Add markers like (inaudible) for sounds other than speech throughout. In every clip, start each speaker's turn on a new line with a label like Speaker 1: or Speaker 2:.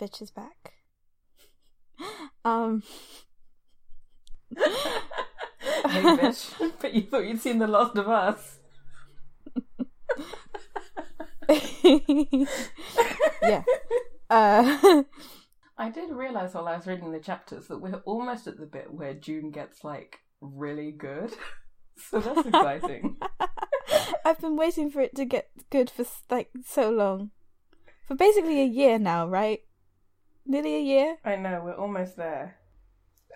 Speaker 1: bitch is back. (laughs) um. (laughs)
Speaker 2: hey, bitch. (laughs) but you thought you'd seen The Last of Us.
Speaker 1: yeah. Uh, (laughs)
Speaker 2: I did realise while I was reading the chapters that we're almost at the bit where June gets like really good. (laughs) So that's exciting.
Speaker 1: I've been waiting for it to get good for like so long, for basically a year now, right? Nearly a year.
Speaker 2: (laughs)
Speaker 1: (laughs)
Speaker 2: I know, we're almost there.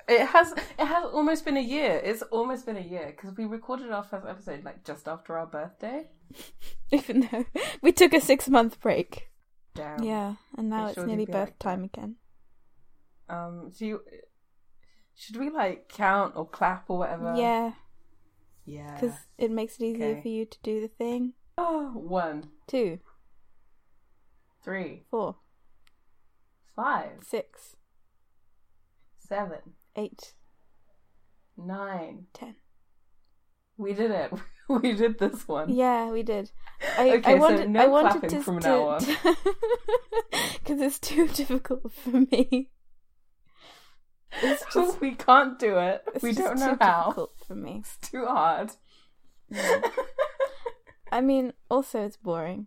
Speaker 2: It has it has almost been a year. It's almost been a year because we recorded our first episode like just after our birthday.
Speaker 1: Even though we took a six month break.
Speaker 2: Damn.
Speaker 1: yeah, and now
Speaker 2: Oh. it
Speaker 1: it's
Speaker 2: sure did
Speaker 1: nearly
Speaker 2: be
Speaker 1: birth
Speaker 2: like that.
Speaker 1: time again.
Speaker 2: Um. Do you, should we like count or clap or whatever?
Speaker 1: yeah,
Speaker 2: Yeah.
Speaker 1: because it makes it easier
Speaker 2: Oh, okay.
Speaker 1: for you to do the thing.
Speaker 2: Oh, one,
Speaker 1: Two,
Speaker 2: three,
Speaker 1: four,
Speaker 2: five,
Speaker 1: six,
Speaker 2: seven,
Speaker 1: eight,
Speaker 2: nine.
Speaker 1: ten.
Speaker 2: We did it. (laughs) We did this one.
Speaker 1: Yeah, we did. I, I
Speaker 2: Okay, so
Speaker 1: wanted,
Speaker 2: no
Speaker 1: I wanted
Speaker 2: clapping
Speaker 1: us
Speaker 2: from
Speaker 1: to,
Speaker 2: now on.
Speaker 1: (laughs) because it's too difficult for me.
Speaker 2: (laughs)
Speaker 1: It's just,
Speaker 2: we can't do it.
Speaker 1: it's
Speaker 2: we
Speaker 1: just
Speaker 2: don't
Speaker 1: too
Speaker 2: know how. (laughs)
Speaker 1: difficult for me.
Speaker 2: It's too hard.
Speaker 1: I mean, also it's boring.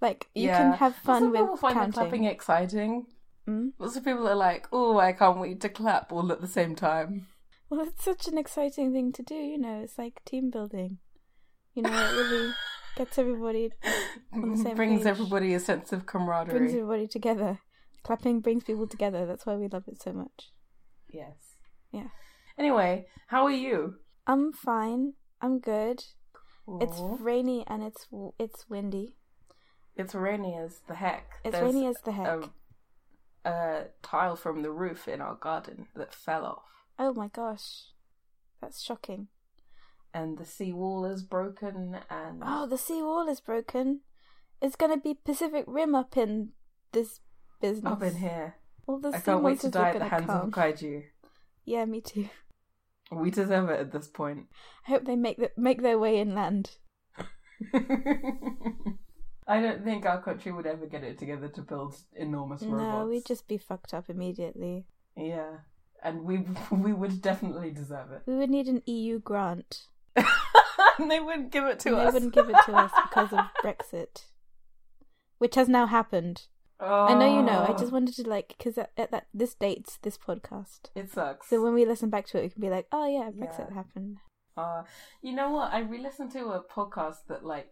Speaker 1: Like you
Speaker 2: Yeah.
Speaker 1: can have fun
Speaker 2: Some
Speaker 1: with
Speaker 2: people find the
Speaker 1: counting.
Speaker 2: clapping exciting.
Speaker 1: Mm.
Speaker 2: Lots of people are like, "Oh, I can't wait to clap all at the same time."
Speaker 1: Well, it's such an exciting thing to do. You know, it's like team building. You know, it
Speaker 2: (laughs)
Speaker 1: really gets everybody On the same
Speaker 2: brings
Speaker 1: page.
Speaker 2: everybody a sense of camaraderie.
Speaker 1: brings everybody together. Clapping brings people together. That's why we love it so much.
Speaker 2: Yes.
Speaker 1: Yeah.
Speaker 2: Anyway, how are you?
Speaker 1: I'm fine. I'm good. It's
Speaker 2: Aw.
Speaker 1: rainy and it's w- it's windy.
Speaker 2: it's rainy as the heck.
Speaker 1: It's
Speaker 2: There's
Speaker 1: rainy as the heck.
Speaker 2: A, a tile from the roof in our garden that fell off,
Speaker 1: oh my gosh, that's shocking.
Speaker 2: and the seawall is broken. And
Speaker 1: Oh, the sea wall is broken. It's gonna be Pacific Rim up in this business.
Speaker 2: up in here,
Speaker 1: All the
Speaker 2: I
Speaker 1: sea
Speaker 2: can't wait to
Speaker 1: monsters are
Speaker 2: die at the
Speaker 1: gonna
Speaker 2: hands
Speaker 1: come.
Speaker 2: of kaiju.
Speaker 1: Yeah, me too. (laughs)
Speaker 2: We deserve it at this point. (laughs)
Speaker 1: I hope they make the- make their way inland.
Speaker 2: I don't think our country would ever get it together to build enormous robots.
Speaker 1: No, we'd just be fucked up immediately.
Speaker 2: yeah, and we (laughs) we would definitely deserve it. (laughs)
Speaker 1: We would need an EU grant.
Speaker 2: and they wouldn't give it to
Speaker 1: And
Speaker 2: us.
Speaker 1: they wouldn't
Speaker 2: (laughs)
Speaker 1: give it to us because of Brexit, which has now happened. I know you know. I
Speaker 2: Oh,
Speaker 1: just wanted to like because at, at that this dates this podcast.
Speaker 2: it sucks.
Speaker 1: So when we listen back to it, we can be like, oh yeah, Brexit
Speaker 2: Yeah.
Speaker 1: happened.
Speaker 2: Uh, you know what? I re-listened to a podcast that like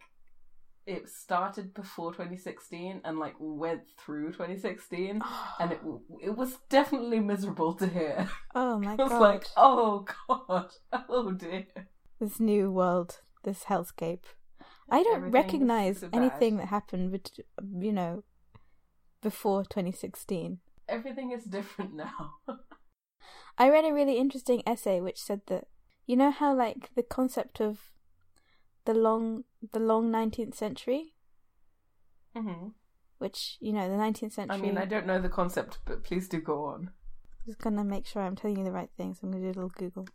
Speaker 2: it started before 2016 and like went through 2016, and it
Speaker 1: (gasps)
Speaker 2: it was definitely miserable to hear.
Speaker 1: Oh my
Speaker 2: (laughs) I was
Speaker 1: god!
Speaker 2: like, oh god, (laughs) oh dear.
Speaker 1: This new world, this hellscape. I don't
Speaker 2: Everything was
Speaker 1: recognize
Speaker 2: so bad.
Speaker 1: anything that happened, bet- you know, before 2016.
Speaker 2: Everything is different now.
Speaker 1: I read a really interesting essay which said that you know how like the concept of the long the long 19th century,
Speaker 2: mm-hmm.
Speaker 1: which you know the 19th century.
Speaker 2: I mean, I don't know the concept, but please do go on.
Speaker 1: just gonna make sure I'm telling you the right thing, so I'm gonna do a little Google.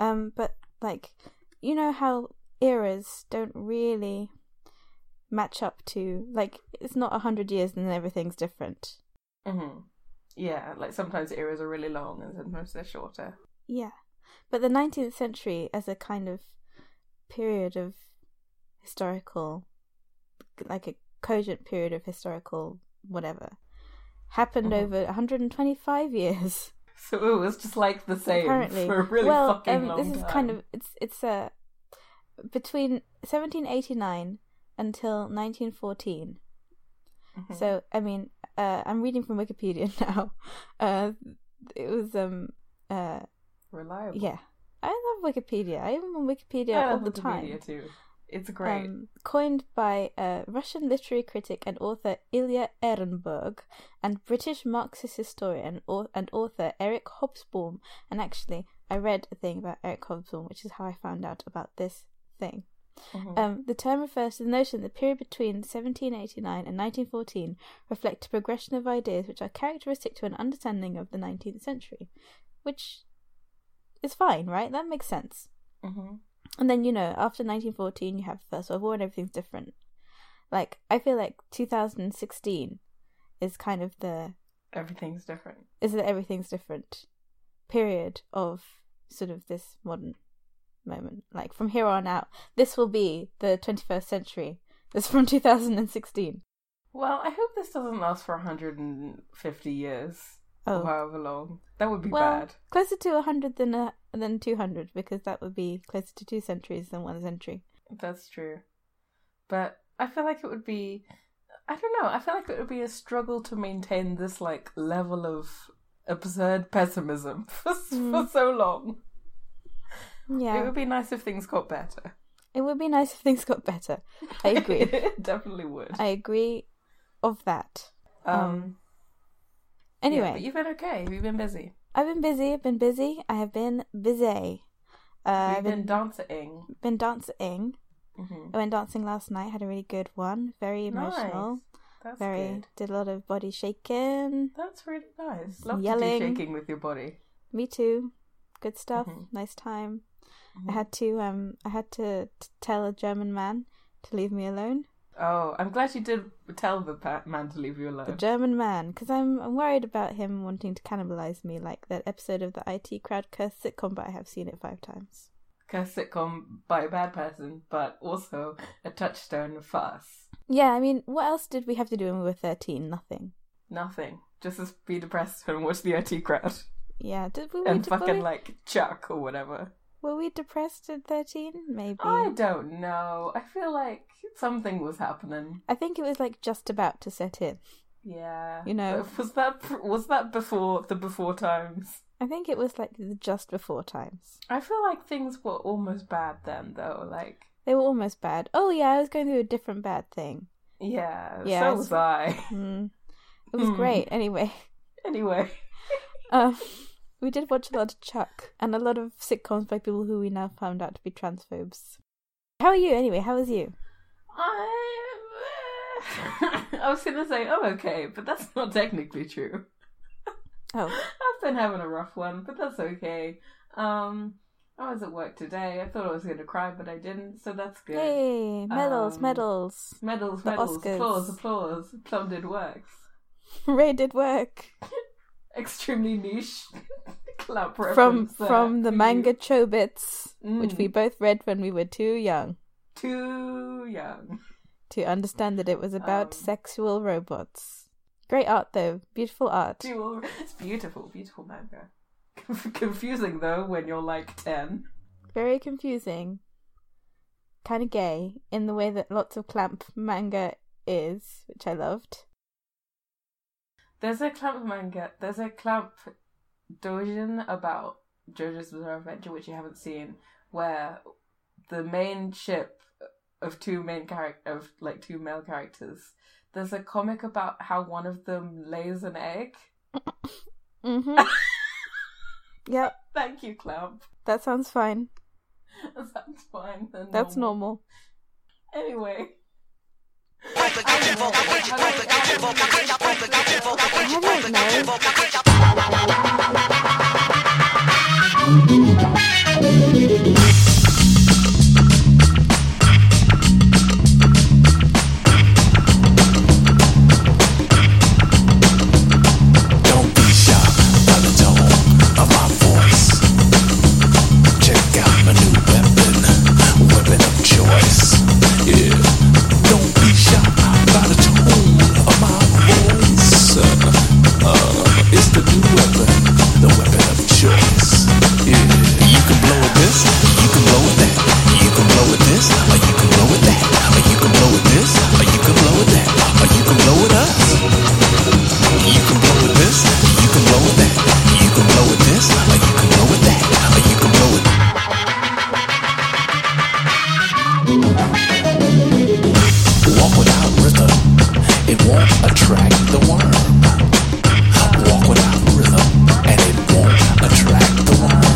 Speaker 1: Um, but like, you know how eras don't really match up to like it's not a hundred years and then everything's different.
Speaker 2: Mm-hmm. Yeah, like sometimes eras are really long and sometimes they're shorter.
Speaker 1: Yeah, but the nineteenth century as a kind of period of historical, like a cogent period of historical whatever, happened
Speaker 2: Mhm.
Speaker 1: over 125 years.
Speaker 2: So it was just like the same
Speaker 1: apparently.
Speaker 2: for a really
Speaker 1: well,
Speaker 2: fucking
Speaker 1: um,
Speaker 2: long
Speaker 1: this is kind
Speaker 2: time.
Speaker 1: of it's it's uh, between 1789 until 1914.
Speaker 2: Mhm.
Speaker 1: So I mean, uh, I'm reading from Wikipedia (laughs) now. Uh, it was um uh
Speaker 2: Mm-hmm. reliable.
Speaker 1: yeah, I love Wikipedia. I am on Wikipedia
Speaker 2: I
Speaker 1: all
Speaker 2: love
Speaker 1: the
Speaker 2: Wikipedia
Speaker 1: time.
Speaker 2: too. It's great.
Speaker 1: Um, coined by uh, Russian literary critic and author Ilya Ehrenberg and British Marxist historian or- and author Eric Hobsbawm. And actually, I read a thing about Eric Hobsbawm, which is how I found out about this thing.
Speaker 2: Mhm.
Speaker 1: Um, the term refers to the notion that the period between 1789 and 1914 reflect a progression of ideas which are characteristic to an understanding of the 19th century, which is fine, right? That makes sense.
Speaker 2: Mhm.
Speaker 1: And then, you know, after 1914, you have the First World War and everything's different. Like, I feel like 2016 is kind of the
Speaker 2: Everything's different.
Speaker 1: is that everything's different period of sort of this modern moment. Like from here on out, this will be the 21st century. This from 2016.
Speaker 2: Well, I hope this doesn't last for 150 years
Speaker 1: Oh.
Speaker 2: or however long. That would be
Speaker 1: well,
Speaker 2: bad.
Speaker 1: closer to 100 than a, than 200 because that would be closer to two centuries than one century.
Speaker 2: That's true. But I feel like it would be I don't know, I feel like it would be a struggle to maintain this like level of absurd pessimism (laughs) for, s- for so long.
Speaker 1: Mm. Yeah.
Speaker 2: It would be nice if things got better. (laughs)
Speaker 1: be nice if things got better. I agree.
Speaker 2: it definitely would.
Speaker 1: I agree of that.
Speaker 2: um, yeah,
Speaker 1: Anyway,
Speaker 2: but you've been okay. You've been busy.
Speaker 1: I've been busy, I've been busy. I have been busy. Uh,
Speaker 2: You've
Speaker 1: I've
Speaker 2: been,
Speaker 1: been,
Speaker 2: dancing.
Speaker 1: been dancing.
Speaker 2: hmm
Speaker 1: I went dancing last night, had a really good one, very emotional.
Speaker 2: Nice. That's
Speaker 1: very
Speaker 2: good.
Speaker 1: did a lot of body shaking.
Speaker 2: That's really nice. Love
Speaker 1: Yelling.
Speaker 2: to do shaking with your body.
Speaker 1: Me too. Good stuff.
Speaker 2: Mhm.
Speaker 1: Nice time.
Speaker 2: Mhm.
Speaker 1: I had to um I had to t- tell a German man to leave me alone.
Speaker 2: Oh, I'm glad you did tell the pa- man to leave you alone.
Speaker 1: The German man, because I'm I'm worried about him wanting to cannibalize me, like that episode of the IT Crowd Curse sitcom, but I have seen it five times.
Speaker 2: a sitcom by a bad person, but also a touchstone for us.
Speaker 1: Yeah, I mean, what else did we have to do when we were thirteen? Nothing.
Speaker 2: Nothing. Just as be depressed and watch the IT crowd
Speaker 1: Yeah, did we? were
Speaker 2: and
Speaker 1: we- were,
Speaker 2: fucking
Speaker 1: we
Speaker 2: like Chuck or whatever.
Speaker 1: were we depressed at thirteen? Maybe.
Speaker 2: I don't know. I feel like something was happening.
Speaker 1: I think it was like just about to set in.
Speaker 2: Yeah,
Speaker 1: You know.
Speaker 2: was that pr- was that before the before times?
Speaker 1: I think it was like the just before times.
Speaker 2: I feel like things were almost bad then, though. Like,
Speaker 1: They were almost bad. Oh yeah, I was going through a different bad thing.
Speaker 2: yeah,
Speaker 1: Yeah,
Speaker 2: so
Speaker 1: it's-
Speaker 2: was I. (laughs)
Speaker 1: Hmm. It was
Speaker 2: Hmm.
Speaker 1: great. Anyway, (laughs)
Speaker 2: anyway,
Speaker 1: um, we did watch a lot of Chuck and a lot of sitcoms by people who we now found out to be transphobes. How are you anyway? How was you?
Speaker 2: I (laughs) I was gonna say I'm okay, but that's not technically true.
Speaker 1: Oh,
Speaker 2: I've been having a rough one, but that's okay. Um, I was at work today. I thought I was going to cry, but I didn't, so that's good.
Speaker 1: yay! Medals,
Speaker 2: Um,
Speaker 1: medals. (laughs)
Speaker 2: Medals,
Speaker 1: The
Speaker 2: medals,
Speaker 1: Oscars.
Speaker 2: applause, applause. Plum did works.
Speaker 1: Ray did work
Speaker 2: Extremely niche (laughs) clap
Speaker 1: from
Speaker 2: reference. there.
Speaker 1: from the
Speaker 2: You-
Speaker 1: manga Chobits, which we
Speaker 2: Mm.
Speaker 1: both read when we were too young
Speaker 2: Too young.
Speaker 1: to understand that it was about
Speaker 2: Um.
Speaker 1: sexual robots. Great art though, beautiful art.
Speaker 2: Too old. It's beautiful, beautiful manga. (laughs) Confusing though when you're like 10.
Speaker 1: very confusing, kind of gay in the way that lots of clamp manga is, which I loved.
Speaker 2: There's a clamp manga. There's a clamp doujin about JoJo's Bizarre Adventure, which you haven't seen, where the main ship of two main character of like two male characters. There's a comic about how one of them lays an egg.
Speaker 1: Mhm.
Speaker 2: (laughs)
Speaker 1: yep,
Speaker 2: Thank you, clamp.
Speaker 1: that sounds fine.
Speaker 2: (laughs) That's fine. They're
Speaker 1: That's normal.
Speaker 2: Anyway.
Speaker 1: I don't know.
Speaker 3: Don't be shocked by the tone of my voice. Check out my new weapon, weapon of choice. Yeah. Don't be shocked by the tone of my voice. Uh, uh, it's the new weapon, the weapon of choice. Yeah. You can blow at this, you can blow at that. You can blow at this, or you can blow at that. Or you can blow at this, or you can blow at that. Or you can blow at us. You can blow with this, you can blow with that. You can blow with this, or you can blow with that, or you can blow with Walk without rhythm, it won't attract the worm. Walk without rhythm, and it won't attract the worm.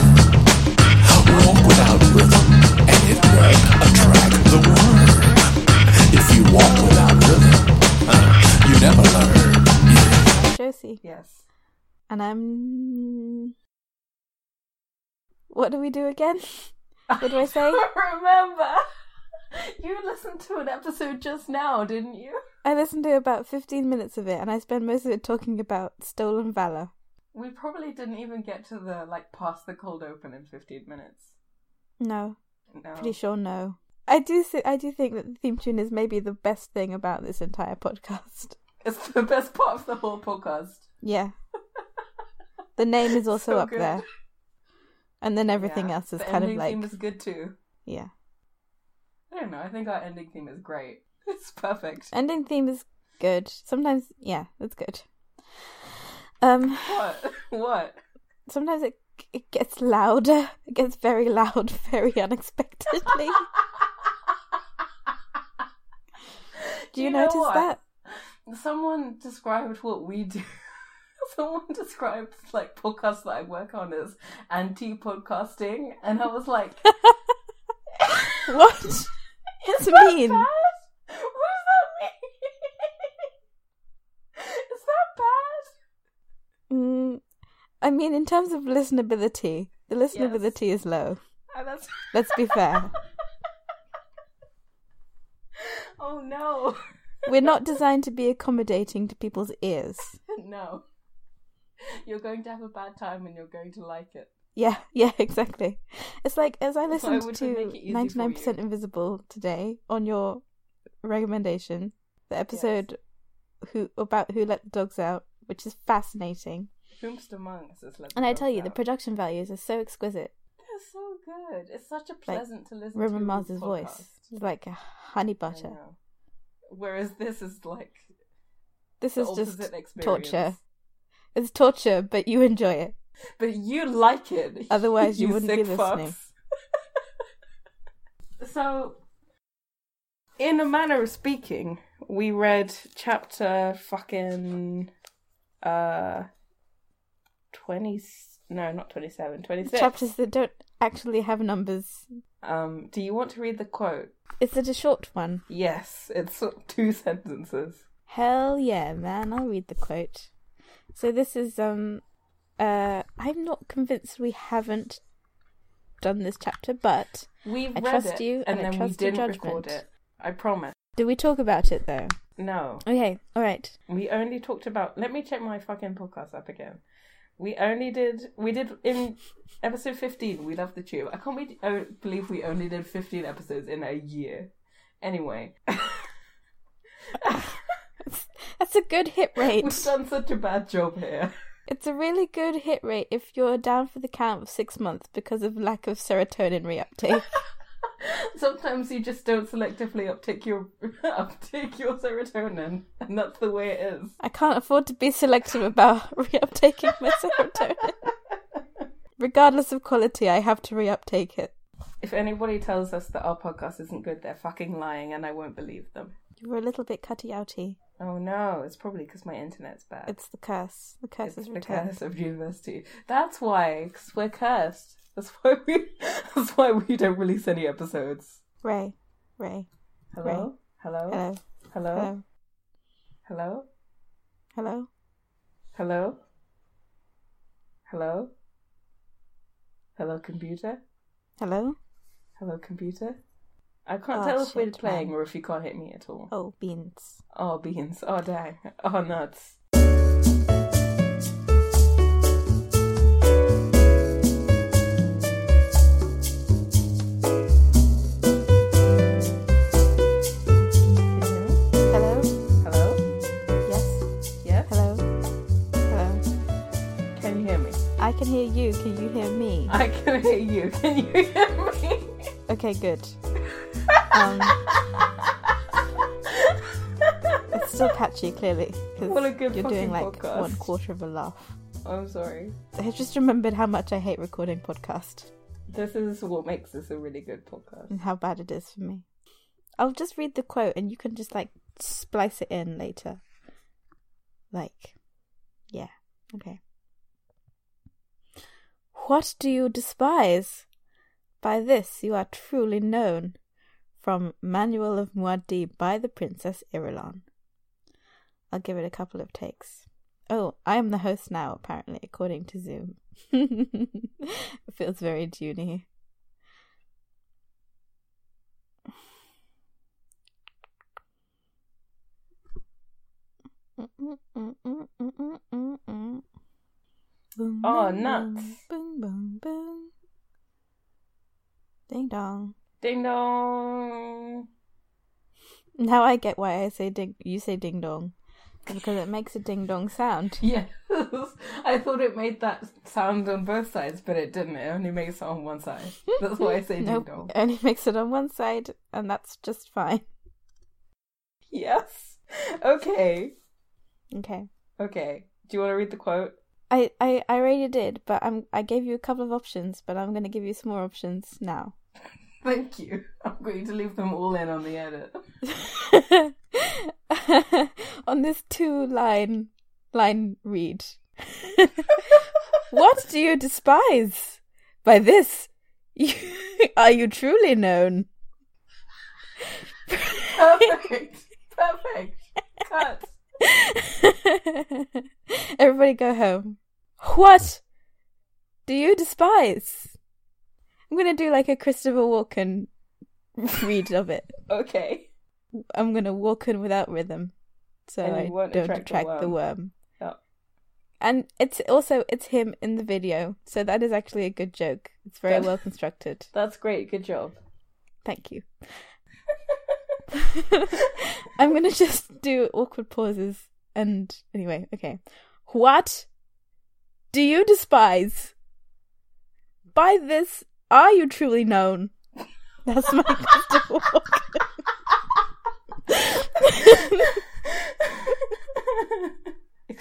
Speaker 3: Walk without rhythm, and it won't attract the worm. If you walk without rhythm, uh, you never learn.
Speaker 1: I'm Josie,
Speaker 2: Yes.
Speaker 1: and I'm. What do we do
Speaker 2: (laughs)
Speaker 1: again? What do I say?
Speaker 2: Remember, you listened to an episode just now, didn't you?
Speaker 1: I listened to about 15 minutes of it and I spent most of it talking about stolen valor.
Speaker 2: We probably didn't even get to the like past the cold open in fifteen minutes.
Speaker 1: No,
Speaker 2: No.
Speaker 1: pretty sure no. I do thi- I do think that the theme tune is maybe the best thing about this entire podcast. (laughs)
Speaker 2: It's the best part of the whole podcast.
Speaker 1: Yeah. the name is also
Speaker 2: So
Speaker 1: up
Speaker 2: good.
Speaker 1: there. And then everything
Speaker 2: Yeah.
Speaker 1: else is
Speaker 2: the
Speaker 1: kind of
Speaker 2: ending
Speaker 1: like
Speaker 2: theme is good too.
Speaker 1: yeah.
Speaker 2: I don't know. I think our ending theme is great. (laughs) It's perfect.
Speaker 1: Ending theme is good. Sometimes yeah, that's good. Um
Speaker 2: What? (laughs) What?
Speaker 1: sometimes it it gets louder. It gets very loud (laughs) very
Speaker 2: (laughs)
Speaker 1: unexpectedly. Do you,
Speaker 2: You know
Speaker 1: notice
Speaker 2: what?
Speaker 1: that?
Speaker 2: Someone described what we do. (laughs) Someone described like podcasts that I work on as anti podcasting, and I
Speaker 1: (laughs)
Speaker 2: was like, (laughs)
Speaker 1: What? It's mean.
Speaker 2: That bad? What does that mean? (laughs) Is that bad?
Speaker 1: Mm, I mean, in terms of listenability, the listenability is low.
Speaker 2: Oh, that's.
Speaker 1: Let's be fair.
Speaker 2: Oh no, (laughs)
Speaker 1: We're not designed to be accommodating to people's ears.
Speaker 2: (laughs) no. You're going to have a bad time, and you're going to like it.
Speaker 1: Yeah, (laughs) yeah, exactly. It's like as I listened
Speaker 2: would we
Speaker 1: to
Speaker 2: make it easy for
Speaker 1: 99% Invisible today on your recommendation, the episode who about who let the dogs out, which is fascinating.
Speaker 2: Whomst among us is let
Speaker 1: And I
Speaker 2: dogs
Speaker 1: tell you, the
Speaker 2: out.
Speaker 1: production values are so exquisite.
Speaker 2: They're so good. It's such a pleasant to listen to.
Speaker 1: Roman Mars's
Speaker 2: podcast.
Speaker 1: voice is like honey
Speaker 2: I
Speaker 1: butter.
Speaker 2: know. Whereas this is like
Speaker 1: This
Speaker 2: the
Speaker 1: is just
Speaker 2: opposite experience.
Speaker 1: torture. It's torture, but you enjoy it.
Speaker 2: But you like it. (laughs)
Speaker 1: Otherwise you wouldn't be
Speaker 2: sick
Speaker 1: listening.
Speaker 2: fucks. (laughs) so, in a manner of speaking, we read chapter fucking uh twenty. No, not twenty-seven. Twenty-six.
Speaker 1: Chapters that don't actually have numbers.
Speaker 2: Um, do you want to read the quote?
Speaker 1: Is it a short one?
Speaker 2: Yes, it's (laughs) two sentences.
Speaker 1: Hell yeah, man. I'll read the quote. So this is um uh I'm not convinced we haven't done this chapter, but
Speaker 2: We
Speaker 1: I
Speaker 2: read
Speaker 1: trust
Speaker 2: it,
Speaker 1: you and
Speaker 2: and,
Speaker 1: I
Speaker 2: then
Speaker 1: trust
Speaker 2: we
Speaker 1: your
Speaker 2: didn't record
Speaker 1: judgment.
Speaker 2: it. I promise.
Speaker 1: do we talk about it though?
Speaker 2: No,
Speaker 1: Okay, all right.
Speaker 2: we only talked about. Let me check my fucking podcast up again. We only did. We did in episode fifteen. We love the tube. I can't be- oh, believe we only did fifteen episodes in a year.
Speaker 1: (laughs)
Speaker 2: Anyway,
Speaker 1: That's a good hit rate.
Speaker 2: we've done such a bad job here. (laughs)
Speaker 1: It's a really good hit rate if you're down for the count of six months because of lack of serotonin
Speaker 2: (laughs)
Speaker 1: reuptake.
Speaker 2: Sometimes you just don't selectively uptick your (laughs) uptick your serotonin, and that's the way it is.
Speaker 1: I can't afford to be selective about (laughs) reuptaking my
Speaker 2: (laughs)
Speaker 1: serotonin. Regardless of quality, I have to reuptake it.
Speaker 2: If anybody tells us that our podcast isn't good, they're fucking lying, and I won't believe them.
Speaker 1: You were a little bit cutty outy.
Speaker 2: Oh no, it's probably because my internet's bad.
Speaker 1: It's the curse. The curse
Speaker 2: It's
Speaker 1: is
Speaker 2: the
Speaker 1: returned.
Speaker 2: curse of university. That's why, because we're cursed. That's why we. (laughs) That's why we don't release any episodes.
Speaker 1: Ray. Ray.
Speaker 2: Hello. Hello.
Speaker 1: Hello.
Speaker 2: Hello.
Speaker 1: Hello.
Speaker 2: Hello.
Speaker 1: Hello.
Speaker 2: Hello. Hello. Hello, computer.
Speaker 1: Hello.
Speaker 2: Hello, computer. I can't
Speaker 1: Oh,
Speaker 2: tell if we're
Speaker 1: shit,
Speaker 2: playing
Speaker 1: man.
Speaker 2: or if you can't hit me at all.
Speaker 1: Oh, beans.
Speaker 2: Oh, beans. Oh, dang. Oh, nuts. Hello?
Speaker 1: Hello. Yes.
Speaker 2: Yes?
Speaker 1: Hello. Hello.
Speaker 2: Can you hear me?
Speaker 1: I can hear you. Can you hear me?
Speaker 2: I can hear you. Can you hear me? (laughs)
Speaker 1: Okay, good. Um, it's still catchy, clearly. 'cause
Speaker 2: What a good
Speaker 1: You're
Speaker 2: fucking
Speaker 1: doing like
Speaker 2: podcast.
Speaker 1: one quarter of a laugh.
Speaker 2: Oh, I'm sorry.
Speaker 1: I just remembered how much I hate recording podcast
Speaker 2: This is what makes this a really good podcast.
Speaker 1: and how bad it is for me. I'll just read the quote and you can just like splice it in later. Like, yeah, okay. What do you despise? By this you are truly known. From Manual of Muad'Dib by the Princess Irulan. I'll give it a couple of takes. Oh, I am the host now, apparently, according to Zoom. (laughs) it feels very Junie. Mm-mm-mm-mm-mm-mm-mm. Boom,
Speaker 2: Oh,
Speaker 1: boom,
Speaker 2: nuts.
Speaker 1: Boom, boom, boom. Ding dong.
Speaker 2: Ding dong.
Speaker 1: Now I get why I say ding. You say ding dong, It's because it makes a ding dong
Speaker 2: (laughs)
Speaker 1: sound.
Speaker 2: Yes. I thought it made that sound on both sides, but it didn't. It only makes it on one side. That's
Speaker 1: (laughs)
Speaker 2: why I say
Speaker 1: Nope,
Speaker 2: ding dong.
Speaker 1: it only makes it on one side, and that's just fine.
Speaker 2: Yes. Okay.
Speaker 1: Okay.
Speaker 2: Okay. Do you want to read the quote?
Speaker 1: I, I, I already did, but I'm I gave you a couple of options, but I'm gonna give you some more options now. (laughs)
Speaker 2: Thank you. (laughs) I'm going to leave them all in on the edit. (laughs)
Speaker 1: On this two line line read. (laughs) what do you despise? By this (laughs) you, are you truly known? (laughs)
Speaker 2: Perfect. Perfect. Cut.
Speaker 1: (laughs) Everybody go home. What do you despise? I'm gonna do like a Christopher Walken read of it.
Speaker 2: Okay.
Speaker 1: I'm gonna walk in without rhythm, so
Speaker 2: And you
Speaker 1: I
Speaker 2: won't
Speaker 1: don't
Speaker 2: attract
Speaker 1: attract,
Speaker 2: the
Speaker 1: the
Speaker 2: worm.
Speaker 1: worm.
Speaker 2: Yep.
Speaker 1: And it's also it's him in the video, so that is actually a good joke. It's very
Speaker 2: Done.
Speaker 1: well constructed.
Speaker 2: That's great. Good job. (laughs)
Speaker 1: Thank you. (laughs) I'm gonna just do awkward pauses and anyway, okay. What do you despise? By this are you truly known? (laughs) That's my (laughs) Christopher Walken. (laughs)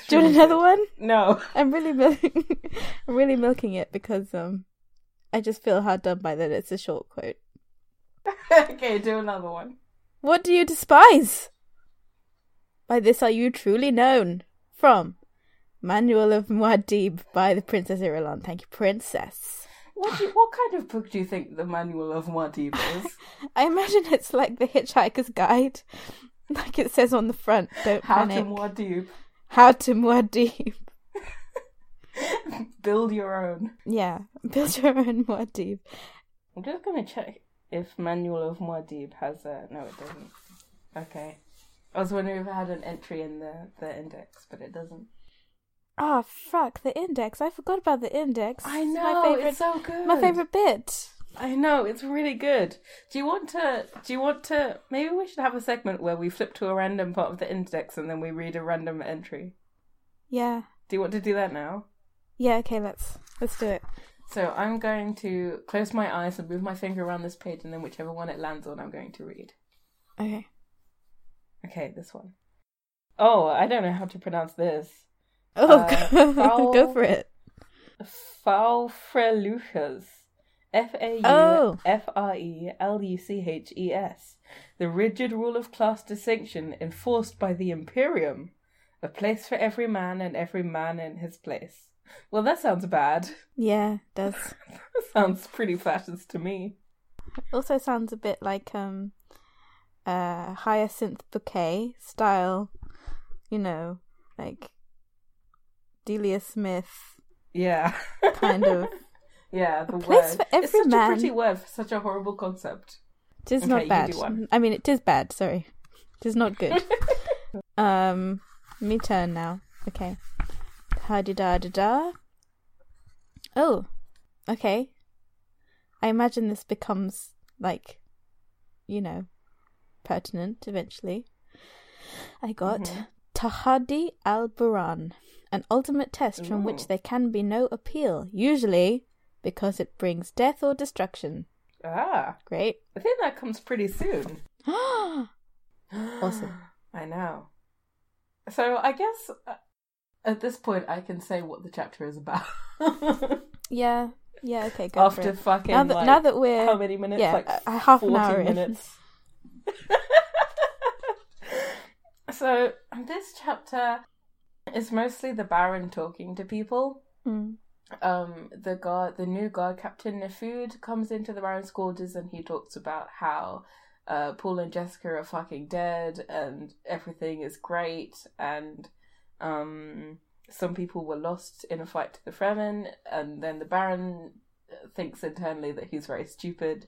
Speaker 1: Do you want another one?
Speaker 2: No. (laughs)
Speaker 1: I'm really milking, (laughs) I'm really milking it because um, I just feel hard done by that. It's a short quote.
Speaker 2: okay, do another one.
Speaker 1: What do you despise? By this are you truly known. From Manual of Muad'Dib by the Princess Irulan. Thank you, Princess.
Speaker 2: What do you, what kind of book do you think the Manual of Muad'Dib
Speaker 1: (laughs)
Speaker 2: is?
Speaker 1: I imagine it's like the Hitchhiker's Guide, (laughs) like it says on the front. Don't
Speaker 2: How to
Speaker 1: panic.
Speaker 2: Muad'Dib.
Speaker 1: How to Muad'Dib. (laughs)
Speaker 2: Build your own.
Speaker 1: Yeah, build your own Muad'Dib.
Speaker 2: I'm just gonna check if Manual of Muad'Dib has a. No, it doesn't. Okay. I was wondering if it had an entry in the, the index, but it doesn't.
Speaker 1: Ah, fuck the index. I forgot about the index.
Speaker 2: I
Speaker 1: It's
Speaker 2: know,
Speaker 1: my favorite,
Speaker 2: it's so good.
Speaker 1: My favorite bit.
Speaker 2: I know it's really good. Do you want to? Do you want to? Maybe we should have a segment where we flip to a random part of the index and then we read a random entry.
Speaker 1: Yeah.
Speaker 2: Do you want to do that now?
Speaker 1: Yeah, okay, let's let's do it.
Speaker 2: So I'm going to close my eyes and move my finger around this page, and then whichever one it lands on, I'm going to read.
Speaker 1: Okay.
Speaker 2: Okay, this one. Oh, I don't know how to pronounce this.
Speaker 1: Oh, (laughs)
Speaker 2: Uh,
Speaker 1: go,
Speaker 2: foul-
Speaker 1: go for it.
Speaker 2: Faufreluches. F A U
Speaker 1: Oh.
Speaker 2: F R E L U C H E S. The rigid rule of class distinction enforced by the Imperium. A place for every man and every man in his place. Well, that sounds bad. (laughs)
Speaker 1: Yeah, does.
Speaker 2: That sounds pretty fascist to me.
Speaker 1: Also sounds a bit like um uh hyacinth bouquet style, you know, like Delia Smith
Speaker 2: Yeah. (laughs)
Speaker 1: kind of.
Speaker 2: yeah, the
Speaker 1: place
Speaker 2: word.
Speaker 1: for
Speaker 2: it's
Speaker 1: every
Speaker 2: such
Speaker 1: man.
Speaker 2: a pretty word for such a horrible concept.
Speaker 1: Tis
Speaker 2: Okay, you
Speaker 1: not
Speaker 2: do
Speaker 1: bad.
Speaker 2: one.
Speaker 1: I mean, it is bad, sorry. Tis not
Speaker 2: (laughs)
Speaker 1: good. um me turn now. Okay. Ha di da da da. Oh. Okay. I imagine this becomes like you know pertinent eventually. I got
Speaker 2: Mm-hmm.
Speaker 1: Tahadi al Buran, an ultimate test from
Speaker 2: Ooh.
Speaker 1: which there can be no appeal, usually because it brings death or destruction.
Speaker 2: Ah,
Speaker 1: Great.
Speaker 2: I think that comes pretty soon.
Speaker 1: Awesome.
Speaker 2: I know. So I guess uh, at this point I can say what the chapter is
Speaker 1: (laughs)
Speaker 2: about.
Speaker 1: yeah. Yeah, okay, go for
Speaker 2: After
Speaker 1: it.
Speaker 2: fucking
Speaker 1: now that,
Speaker 2: like,
Speaker 1: now that we're
Speaker 2: how many minutes?
Speaker 1: yeah,
Speaker 2: like
Speaker 1: a- a half an
Speaker 2: 40
Speaker 1: hour in.
Speaker 2: minutes. (laughs) so this chapter is mostly the Baron talking to people.
Speaker 1: Mm.
Speaker 2: um the guard the new guard captain Nafud comes into the Baron's quarters and he talks about how uh Paul and Jessica are fucking dead and everything is great and um some people were lost in a fight to the Fremen and then the Baron thinks internally that he's very stupid.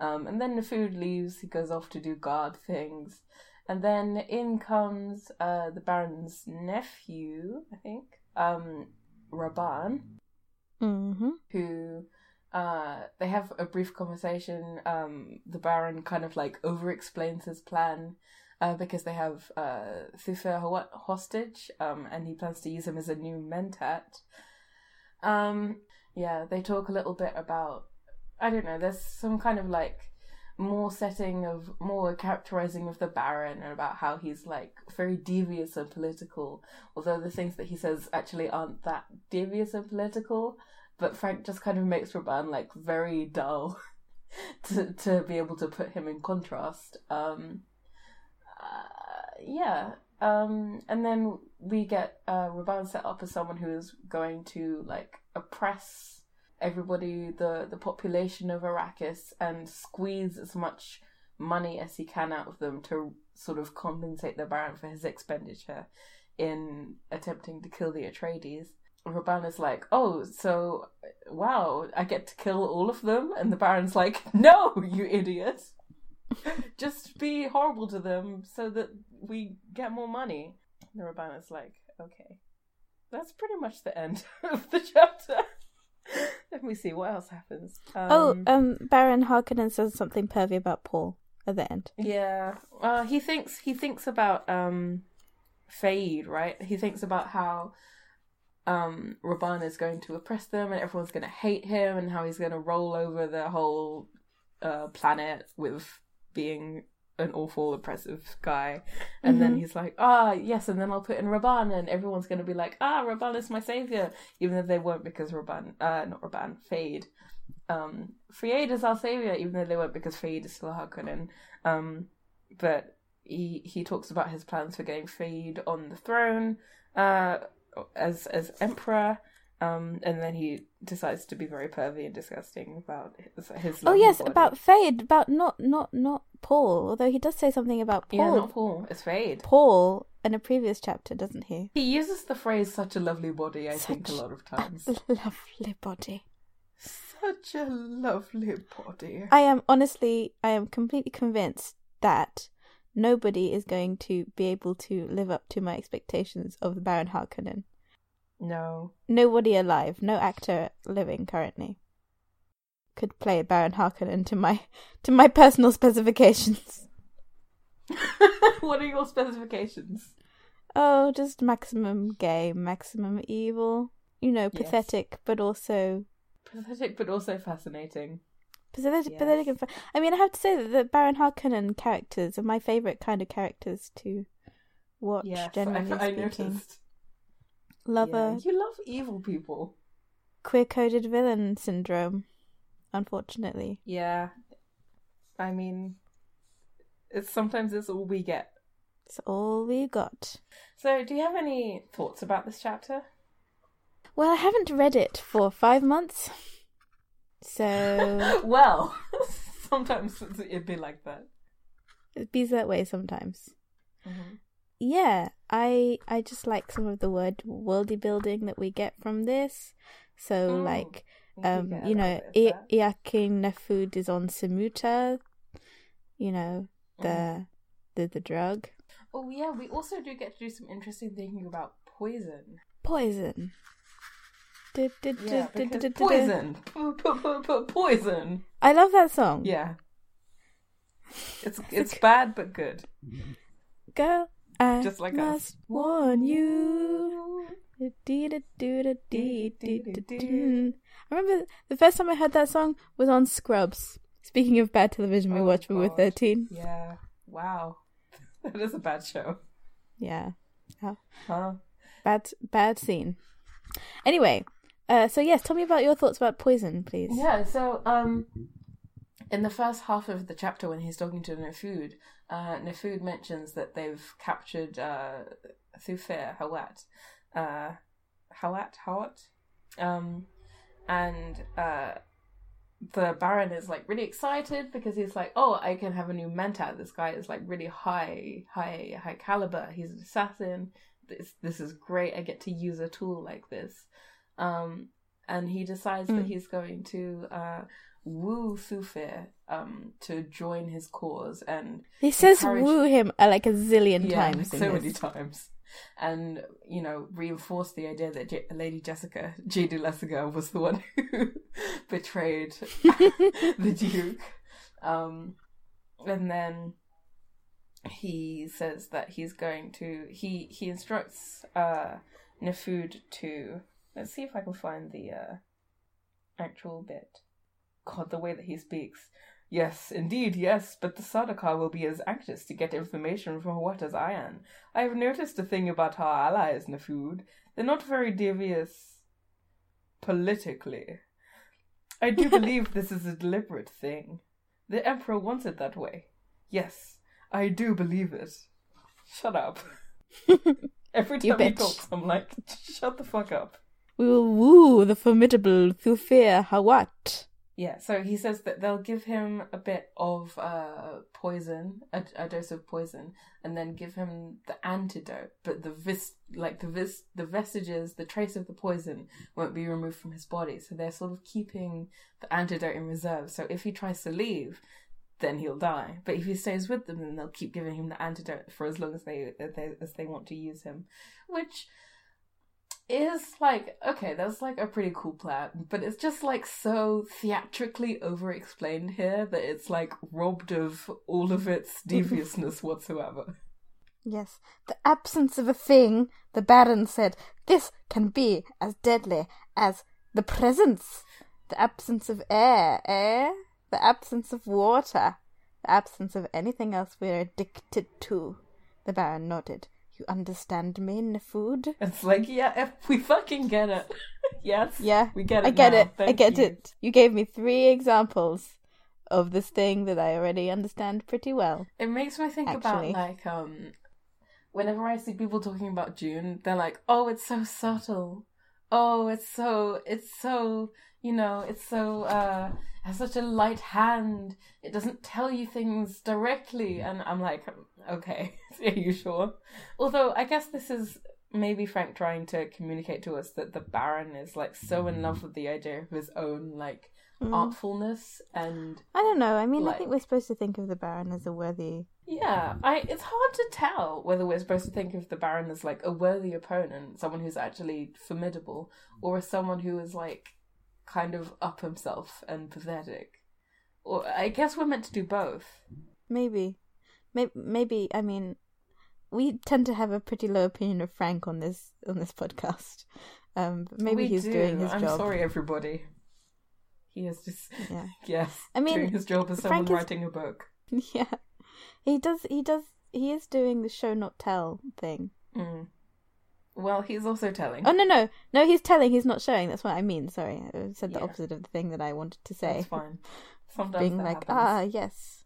Speaker 2: Um and then Nafud leaves, he goes off to do guard things And then in comes uh, the Baron's nephew, I think, um, Raban,
Speaker 1: Mm-hmm.
Speaker 2: Um, who uh, they have a brief conversation. Um, the Baron kind of like over explains his plan uh, because they have uh, Thufa ho- hostage um, and he plans to use him as a new mentat. Um, yeah, they talk a little bit about, I don't know, there's some kind of like more setting of more characterizing of the baron and about how he's like very devious and political although the things that he says actually aren't that devious and political but Frank just kind of makes Raban like very dull (laughs) to to be able to put him in contrast. Um, uh, yeah, um, and then we get uh, Raban set up as someone who is going to like oppress everybody, the the population of Arrakis, and squeeze as much money as he can out of them to sort of compensate the Baron for his expenditure in attempting to kill the Atreides. Raban is like, oh, so wow, I get to kill all of them, and the Baron's like, (laughs) no, you idiot, (laughs) just be horrible to them so that we get more money. And the Raban is like, okay, that's pretty much the end (laughs) of the chapter. (laughs) Let me see what else happens.
Speaker 1: oh, um, Baron Harkonnen says something pervy about Paul at the end.
Speaker 2: Yeah. Uh, he thinks he thinks about um Fade, right? He thinks about how um Raban is going to oppress them and everyone's gonna hate him and how he's gonna roll over the whole uh planet with being an awful oppressive guy. And then
Speaker 1: Mm-hmm.
Speaker 2: he's like, Ah, yes, and then I'll put in Raban and everyone's gonna be like, Ah, Raban is my savior even though they weren't because Raban uh not Raban, Fade. Um Fade is our savior, even though they weren't because Fade is still Harkonnen. Um but he he talks about his plans for getting Fade on the throne uh, as as emperor, um, and then he decides to be very pervy and disgusting about his. his
Speaker 1: Oh
Speaker 2: lovely
Speaker 1: yes,
Speaker 2: body.
Speaker 1: about Fade, about not not not Paul. Although he does say something about Paul.
Speaker 2: yeah, not Paul, it's Fade.
Speaker 1: Paul in a previous chapter, doesn't he?
Speaker 2: He uses the phrase "such a lovely body." I think a
Speaker 1: Such
Speaker 2: lot of times.
Speaker 1: a (laughs) lovely body.
Speaker 2: Such a lovely body.
Speaker 1: I am honestly, I am completely convinced that nobody is going to be able to live up to my expectations of the Baron Harkonnen.
Speaker 2: No,
Speaker 1: Nobody alive, no actor living currently, could play Baron Harkonnen to my (laughs) to my personal specifications.
Speaker 2: (laughs)
Speaker 1: (laughs)
Speaker 2: what are your specifications?
Speaker 1: Oh, just maximum gay, maximum evil. You know,
Speaker 2: Yes.
Speaker 1: pathetic, but also
Speaker 2: Pathetic, but also fascinating.
Speaker 1: pathetic,
Speaker 2: Yes.
Speaker 1: pathetic. And fa- I mean, I have to say that the Baron Harkonnen characters are my favorite kind of characters to watch.
Speaker 2: Yes, I,
Speaker 1: generally
Speaker 2: I
Speaker 1: speaking,
Speaker 2: noticed.
Speaker 1: lover,
Speaker 2: Yeah, you love evil people.
Speaker 1: queer-coded villain syndrome. Unfortunately,
Speaker 2: Yeah. I mean, it's sometimes it's all we get.
Speaker 1: it's all we got.
Speaker 2: So, do you have any thoughts about this chapter?
Speaker 1: Well, I haven't read it for five months, so
Speaker 2: (laughs) Well, sometimes it's- it'd be like that.
Speaker 1: it be that way sometimes.
Speaker 2: Mm-hmm.
Speaker 1: yeah i i just like some of the word worldy building that we get from this so
Speaker 2: Mm,
Speaker 1: like
Speaker 2: we do
Speaker 1: um
Speaker 2: get a
Speaker 1: you know
Speaker 2: little bit
Speaker 1: I-
Speaker 2: of that.
Speaker 1: iaking nefud is on samuta you know the
Speaker 2: Mm-hmm.
Speaker 1: the the drug
Speaker 2: Oh, yeah, we also do get to do some interesting thinking about poison.
Speaker 1: poison Du- du- du-
Speaker 2: Yeah,
Speaker 1: du- du-
Speaker 2: because
Speaker 1: du- du-
Speaker 2: poison! (laughs) Po- po- po- po- Poison!
Speaker 1: i love that song
Speaker 2: Yeah. It's, it's bad but good.
Speaker 1: girl i
Speaker 2: Just like us.
Speaker 1: must warn you Dee-da-doo-da-dee-dee-da-doo. I remember the first time I heard that song was on Scrubs. Speaking of bad television we
Speaker 2: Oh,
Speaker 1: watched when we were
Speaker 2: God.
Speaker 1: 13.
Speaker 2: Yeah. Wow. (laughs) That is a bad show.
Speaker 1: Yeah.
Speaker 2: Huh?
Speaker 1: Bad bad scene. Anyway, uh, so yes, tell me about your thoughts about poison, please.
Speaker 2: Yeah, so um in the first half of the chapter when he's talking to Nefud, uh Nefud mentions that they've captured uh Thufir Hawat. Uh Hawat Hawat. Um and uh the Baron is like really excited because he's like, Oh, I can have a new mentor. This guy is like really high, high, high caliber. He's an assassin. This this is great. I get to use a tool like this. Um and he decides that he's going to uh, woo Sufir um, to join his cause and
Speaker 1: He says
Speaker 2: encourage-
Speaker 1: woo him uh, like a zillion
Speaker 2: yeah,
Speaker 1: times. in
Speaker 2: so
Speaker 1: this.
Speaker 2: many times, and you know reinforce the idea that J- Lady Jessica J.D. Lessinger was the one who (laughs)
Speaker 1: (laughs)
Speaker 2: betrayed the Duke, um, and then he says that he's going to he he instructs uh, Nefud to let's see if I can find the uh, actual bit. God, the way that he speaks. Yes, indeed, yes, but the Sadaka will be as anxious to get information from what as I am. I have noticed a thing about our allies, Nafud. They're not very devious politically.
Speaker 1: (laughs)
Speaker 2: I do believe this is a deliberate thing. The Emperor wants it that way. Yes, I do believe it.
Speaker 1: (laughs)
Speaker 2: Shut up. Every
Speaker 1: You
Speaker 2: time he
Speaker 1: bitch.
Speaker 2: talks, I'm like, shut the fuck up.
Speaker 1: We will woo the formidable Thufir Hawat.
Speaker 2: Yeah, so he says that they'll give him a bit of uh, poison, a, a dose of poison, and then give him the antidote. But the vis, like the vis, the vestiges, the trace of the poison won't be removed from his body. So they're sort of keeping the antidote in reserve. So if he tries to leave, then he'll die. But if he stays with them, then they'll keep giving him the antidote for as long as they, as they as they want to use him, which is like okay that's like a pretty cool plan but it's just like so theatrically over explained here that it's like robbed of all of
Speaker 1: (laughs)
Speaker 2: its deviousness whatsoever
Speaker 1: Yes, the absence of a thing, the Baron said, this can be as deadly as the presence. The absence of air, air, the absence of water, the absence of anything else we're addicted to. The Baron nodded. You understand me, Nefud?
Speaker 2: it's like yeah if we fucking
Speaker 1: (laughs)
Speaker 2: get it yes
Speaker 1: Yeah,
Speaker 2: we get it
Speaker 1: I get
Speaker 2: now.
Speaker 1: it. I
Speaker 2: Thank
Speaker 1: get
Speaker 2: you.
Speaker 1: it. You gave me three examples of this thing that I already understand pretty well.
Speaker 2: It makes me think
Speaker 1: Actually.
Speaker 2: about like um whenever I see people talking about June, they're like, Oh, it's so subtle. Oh, it's so it's so you know, it's so uh has such a light hand. It doesn't tell you things directly and I'm like, Okay, (laughs) are you sure? Although I guess this is maybe Frank trying to communicate to us that the Baron is like so in love with the idea of his own like artfulness and
Speaker 1: I don't know. I mean, I
Speaker 2: Like-
Speaker 1: think we're supposed to think of the Baron as a worthy
Speaker 2: Yeah, I it's hard to tell whether we're supposed to think of the Baron as like a worthy opponent, someone who's actually formidable, or as someone who is like kind of up himself and pathetic. Or I guess we're meant to do both.
Speaker 1: Maybe. Maybe, maybe I mean, we tend to have a pretty low opinion of Frank on this on this podcast. Um, but maybe
Speaker 2: We
Speaker 1: he's
Speaker 2: do.
Speaker 1: doing his
Speaker 2: I'm
Speaker 1: job.
Speaker 2: sorry, everybody. He is just (laughs)
Speaker 1: Yeah, (laughs)
Speaker 2: yes.
Speaker 1: I mean,
Speaker 2: doing his job as someone
Speaker 1: Frank is-
Speaker 2: writing a book.
Speaker 1: yeah. He does. He does. He is doing the show not tell thing.
Speaker 2: Mm. Well, he's also telling.
Speaker 1: Oh no, no, no. He's telling. He's not showing. That's what I mean. Sorry, I said the
Speaker 2: Yeah.
Speaker 1: opposite of the thing that I wanted to say.
Speaker 2: That's fine. Sometimes
Speaker 1: Being
Speaker 2: that
Speaker 1: like,
Speaker 2: happens.
Speaker 1: ah, yes.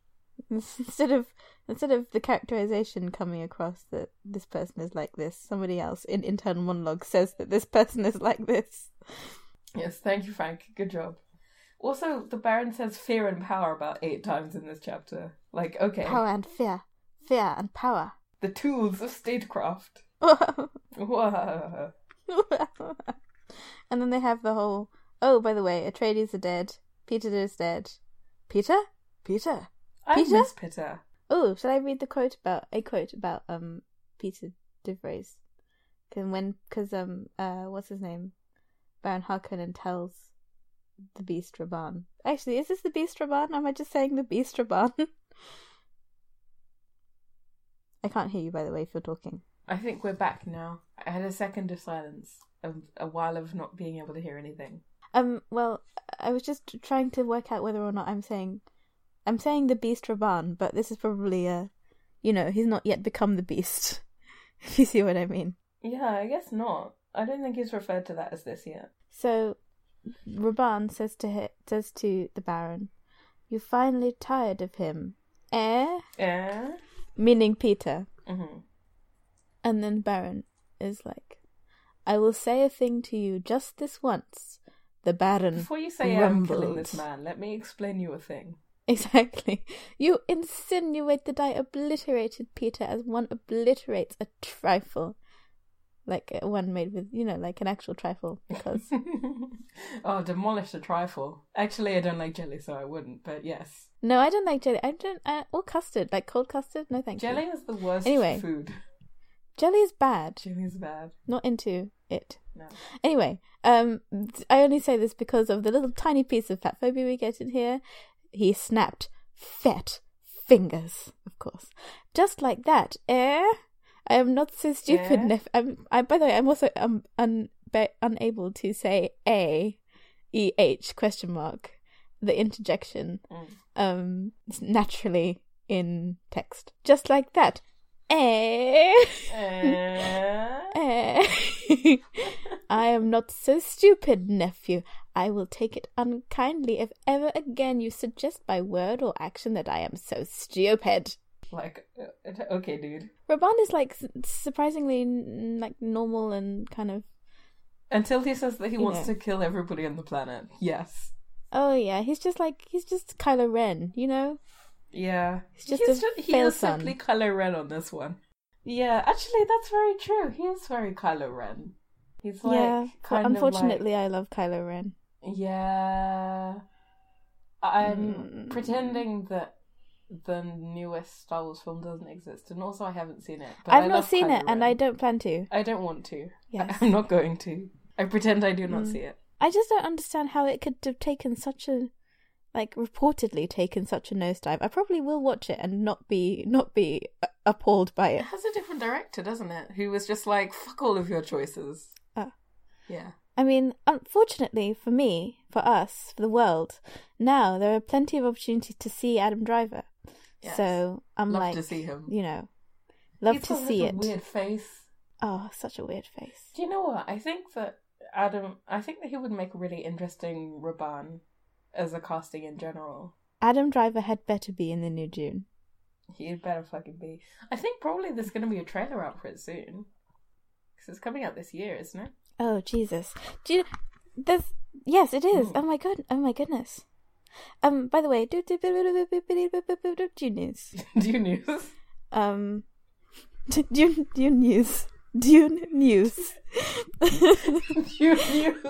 Speaker 1: (laughs) Instead of instead of the characterization coming across that this person is like this, somebody else in internal monologue says that this person is like this.
Speaker 2: Yes, thank you, Frank. Good job. Also, the Baron says fear and power about eight times in this chapter. Like, okay,
Speaker 1: Power and fear, fear and power. (laughs)
Speaker 2: the tools of statecraft. Whoa.
Speaker 1: and then they have the whole. Oh, by the way, Atreides are dead. Peter is dead. Peter, Peter.
Speaker 2: I
Speaker 1: Peter?
Speaker 2: miss Peter.
Speaker 1: Oh, shall I read the quote about a quote about um Peter DeVries? Cause when because um uh what's his name Baron Harkonnen tells the Beast Raban. Actually, is this the Beast Raban? Am I just saying the Beast Raban? (laughs) I can't hear you by the way if you're talking.
Speaker 2: I think we're back now. I had a second of silence, a, a while of not being able to hear anything.
Speaker 1: Um, well, I was just trying to work out whether or not I'm saying, I'm saying the Beast Raban, but this is probably a, you know, he's not yet become the Beast. (laughs) If you see what I mean.
Speaker 2: Yeah, I guess not. I don't think he's referred to that as this yet.
Speaker 1: So, Raban says to hi says to the Baron, "You finally tired of him, eh?"
Speaker 2: Eh?
Speaker 1: Meaning Peter.
Speaker 2: hmm
Speaker 1: And then Baron is like, "I will say a thing to you just this once." The Baron
Speaker 2: Before you say I'm killing
Speaker 1: rumbled.
Speaker 2: this man, let me explain you a thing.
Speaker 1: (laughs) Exactly. You insinuate that I obliterated Peter as one obliterates a trifle. like uh, one made with you know like an actual trifle because
Speaker 2: oh, demolish a trifle. Actually, I don't like jelly, so I wouldn't. But yes,
Speaker 1: no, I don't like jelly. I don't uh, or custard like cold custard. No, thank
Speaker 2: jelly
Speaker 1: you.
Speaker 2: is the worst
Speaker 1: Anyway.
Speaker 2: food.
Speaker 1: (laughs) Jelly is bad.
Speaker 2: Jelly is bad.
Speaker 1: Not into it.
Speaker 2: No.
Speaker 1: Anyway, um, I only say this because of the little tiny piece of fat phobia we get in here. He snapped fat fingers, of course, just like that. Eh? I am not so stupid.
Speaker 2: Eh?
Speaker 1: Nef- I'm, I, by the way, I'm also um, un, be, unable to say a e h question mark the interjection
Speaker 2: Mm.
Speaker 1: um naturally in text, just like that. Eh? (laughs)
Speaker 2: Eh?
Speaker 1: Eh. (laughs) I am not so stupid, nephew. I will take it unkindly if ever again you suggest by word or action that I am so stupid.
Speaker 2: like, uh, it- okay, dude.
Speaker 1: Raban is like s- surprisingly n- like normal and kind of
Speaker 2: Until he says that he
Speaker 1: You
Speaker 2: wants
Speaker 1: know.
Speaker 2: to kill everybody on the planet. Yes.
Speaker 1: oh yeah, he's just like he's just Kylo Ren, you know.
Speaker 2: Yeah.
Speaker 1: He's just a
Speaker 2: ju- he
Speaker 1: fail
Speaker 2: is
Speaker 1: son.
Speaker 2: simply Kylo Ren on this one. Yeah, actually, that's very true. He is very Kylo Ren. He's like
Speaker 1: yeah, but
Speaker 2: kind
Speaker 1: unfortunately, I love Kylo Ren.
Speaker 2: of like, yeah. I'm
Speaker 1: Mm.
Speaker 2: pretending that the newest Star Wars film doesn't exist, and also I haven't seen it. But I
Speaker 1: I've not
Speaker 2: love
Speaker 1: seen
Speaker 2: Kylo
Speaker 1: it, and I
Speaker 2: Ren.
Speaker 1: don't plan to.
Speaker 2: I don't want to.
Speaker 1: Yes. Mm.
Speaker 2: I, am not going to. I pretend I do not see it.
Speaker 1: I just don't understand how it could have taken such a like reportedly taken such a nosedive. I probably will watch it and not be not be a- appalled by
Speaker 2: It
Speaker 1: it.
Speaker 2: has a different director, doesn't it? Who was just like, fuck all of your choices.
Speaker 1: Ah.
Speaker 2: Yeah.
Speaker 1: I mean, unfortunately for me, for us, for the world, now there are plenty of opportunities to see Adam Driver.
Speaker 2: Yes.
Speaker 1: So I'm
Speaker 2: Love
Speaker 1: like,
Speaker 2: to see him.
Speaker 1: you know, love
Speaker 2: He's
Speaker 1: to
Speaker 2: got such
Speaker 1: see
Speaker 2: a
Speaker 1: it.
Speaker 2: Weird face.
Speaker 1: Oh, such a weird face.
Speaker 2: Do you know what? I think that Adam. I think that he would make a really interesting Raban as a casting in general.
Speaker 1: Adam Driver had better be in the new June.
Speaker 2: He'd better fucking be. I think probably there's going to be a trailer out for it soon because it's coming out this year, isn't it? (laughs)
Speaker 1: Oh Jesus! Do you? There's yes, it is.
Speaker 2: Mm.
Speaker 1: Oh my god! Oh my goodness! Um. By the way, do do do do do do do do do do do news.
Speaker 2: Dune news. (laughs)
Speaker 1: Um. Dune Dune news. Dune news.
Speaker 2: Dune news.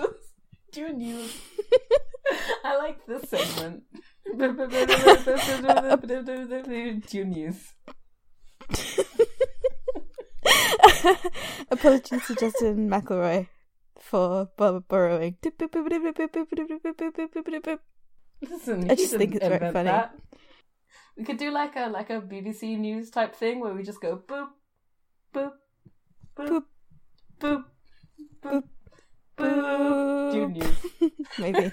Speaker 2: Dune news. (laughs) I like this segment. (laughs) Dune news.
Speaker 1: Apologies to Justin McElroy for bur- burrowing.
Speaker 2: Listen,
Speaker 1: I just
Speaker 2: he didn't
Speaker 1: think it's very
Speaker 2: invent
Speaker 1: funny.
Speaker 2: That. We could do like a like a BBC News type thing where we just go boop, boop, boop, boop, boop, boop. Dune news.
Speaker 1: Maybe.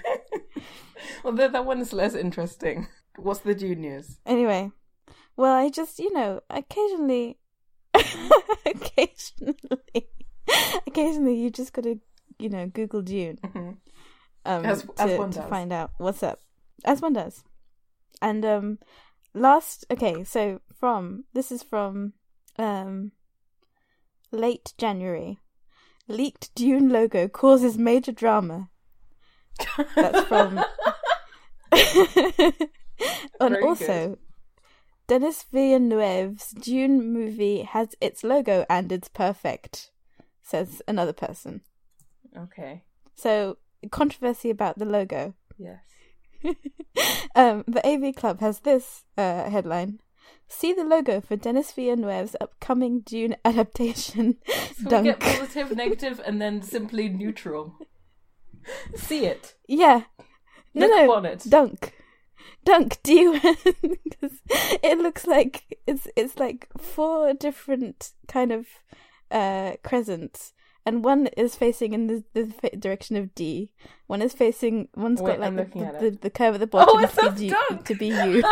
Speaker 2: Well, that that one is less interesting. What's the Dune news?
Speaker 1: Anyway, well, I just, you know, occasionally, (laughs) occasionally, occasionally, you just gotta, you know, Google Dune
Speaker 2: Mhm.
Speaker 1: um,
Speaker 2: As-
Speaker 1: to,
Speaker 2: as one
Speaker 1: to
Speaker 2: does.
Speaker 1: find out what's up, as one does. And um, last, okay, so from this is from um, late January. Leaked Dune logo causes major drama. That's from.
Speaker 2: (laughs)
Speaker 1: and
Speaker 2: Very
Speaker 1: also, Dennis Villeneuve's Dune movie has its logo and it's perfect, says another person.
Speaker 2: Okay.
Speaker 1: So, controversy about the logo.
Speaker 2: Yes.
Speaker 1: Um, the AV Club has this uh, headline See the logo for Dennis Villeneuve's upcoming Dune (laughs) adaptation.
Speaker 2: So we
Speaker 1: Dunk.
Speaker 2: get positive, negative, and then simply neutral. See it.
Speaker 1: yeah. No,
Speaker 2: Look
Speaker 1: no.
Speaker 2: upon it.
Speaker 1: Dunk. Dunk, do you? (laughs) 'Cause it looks like it's it's like four different kind of uh crescents, and one is facing in the, the fa- direction of D. One is facing. One's
Speaker 2: Wait,
Speaker 1: got like
Speaker 2: I'm
Speaker 1: the,
Speaker 2: looking at
Speaker 1: the,
Speaker 2: it.
Speaker 1: the, the curve at the bottom
Speaker 2: it
Speaker 1: of to
Speaker 2: says
Speaker 1: be, you,
Speaker 2: dunk!
Speaker 1: to
Speaker 2: (laughs)
Speaker 1: be you. (laughs)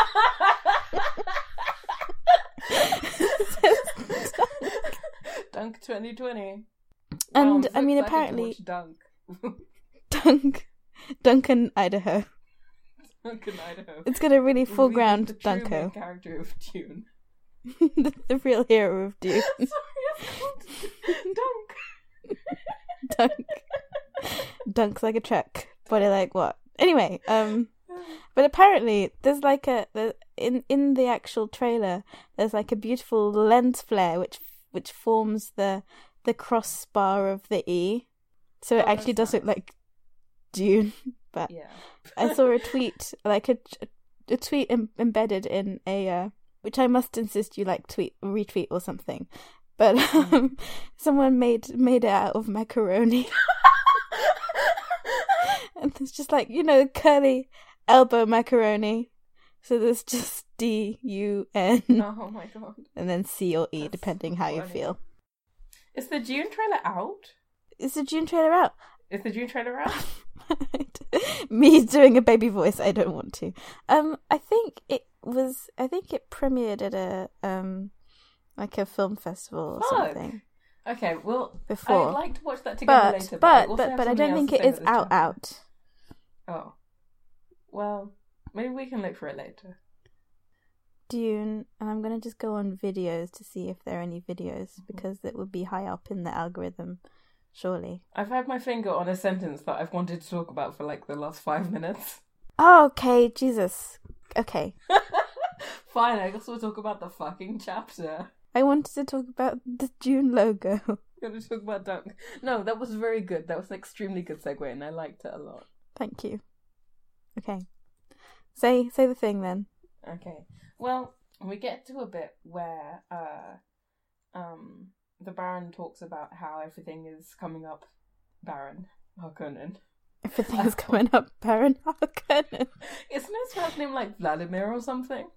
Speaker 2: Dunk 2020. Wow, I'm
Speaker 1: And
Speaker 2: so
Speaker 1: I mean,
Speaker 2: excited to
Speaker 1: apparently,
Speaker 2: watch Dunk. (laughs)
Speaker 1: Dunk, Duncan, Idaho.
Speaker 2: Dunk in Idaho.
Speaker 1: It's gonna really
Speaker 2: Reveals the
Speaker 1: foreground
Speaker 2: true main
Speaker 1: Dunko,
Speaker 2: character of Dune. (laughs)
Speaker 1: (laughs) the, the real hero of Dune. (laughs)
Speaker 2: Sorry, it's called Dunk.
Speaker 1: dunk dunks like a truck but it like what anyway um but apparently there's like a the, in in the actual trailer there's like a beautiful lens flare which which forms the the crossbar of the E. So it
Speaker 2: Oh,
Speaker 1: actually
Speaker 2: that's
Speaker 1: does look like Dune. But
Speaker 2: Yeah.
Speaker 1: I saw a tweet, like a, a tweet em- embedded in a, uh, which I must insist you like tweet, retweet or something. But
Speaker 2: Hmm.
Speaker 1: um, (laughs) someone made made it out of
Speaker 2: (laughs)
Speaker 1: macaroni, and it's just like you know curly elbow macaroni. So there's just D U N
Speaker 2: oh my god.
Speaker 1: and then C or E
Speaker 2: That's
Speaker 1: depending how you
Speaker 2: funny.
Speaker 1: feel.
Speaker 2: Is the June trailer out?
Speaker 1: Is the June trailer out?
Speaker 2: Is the June trailer out?
Speaker 1: (laughs) Me doing a baby voice, I don't want to. Um, I think it was. I think it premiered at a um, like a film festival or
Speaker 2: Fuck.
Speaker 1: something
Speaker 2: Okay, well,
Speaker 1: before.
Speaker 2: I'd like to watch that together
Speaker 1: but,
Speaker 2: later.
Speaker 1: but
Speaker 2: also
Speaker 1: but
Speaker 2: have
Speaker 1: but I
Speaker 2: something
Speaker 1: don't
Speaker 2: else
Speaker 1: think
Speaker 2: to
Speaker 1: it
Speaker 2: say
Speaker 1: is
Speaker 2: about this
Speaker 1: out
Speaker 2: trailer.
Speaker 1: out.
Speaker 2: Oh. Well, maybe we can look for it later.
Speaker 1: Dune, and I'm gonna just go on videos to see if there are any videos
Speaker 2: Mm-hmm.
Speaker 1: because it would be high up in the algorithm, surely.
Speaker 2: I've had my finger on a sentence that I've wanted to talk about for like the last five minutes. (laughs)
Speaker 1: Oh, okay, Jesus. Okay,
Speaker 2: Fine, I guess we'll talk about the fucking chapter.
Speaker 1: I wanted to talk about the Dune logo. (laughs)
Speaker 2: Gonna talk about Dunk. No, that was very good. That was an extremely good segue, and I liked it a lot.
Speaker 1: Thank you. Okay, say say the thing then.
Speaker 2: Okay. Well, we get to a bit where uh, um, the Baron talks about how everything is coming up, Baron Oh, Harkonnen.
Speaker 1: Everything is coming up, Baron Harkonnen.
Speaker 2: Isn't his first name like Vladimir or something?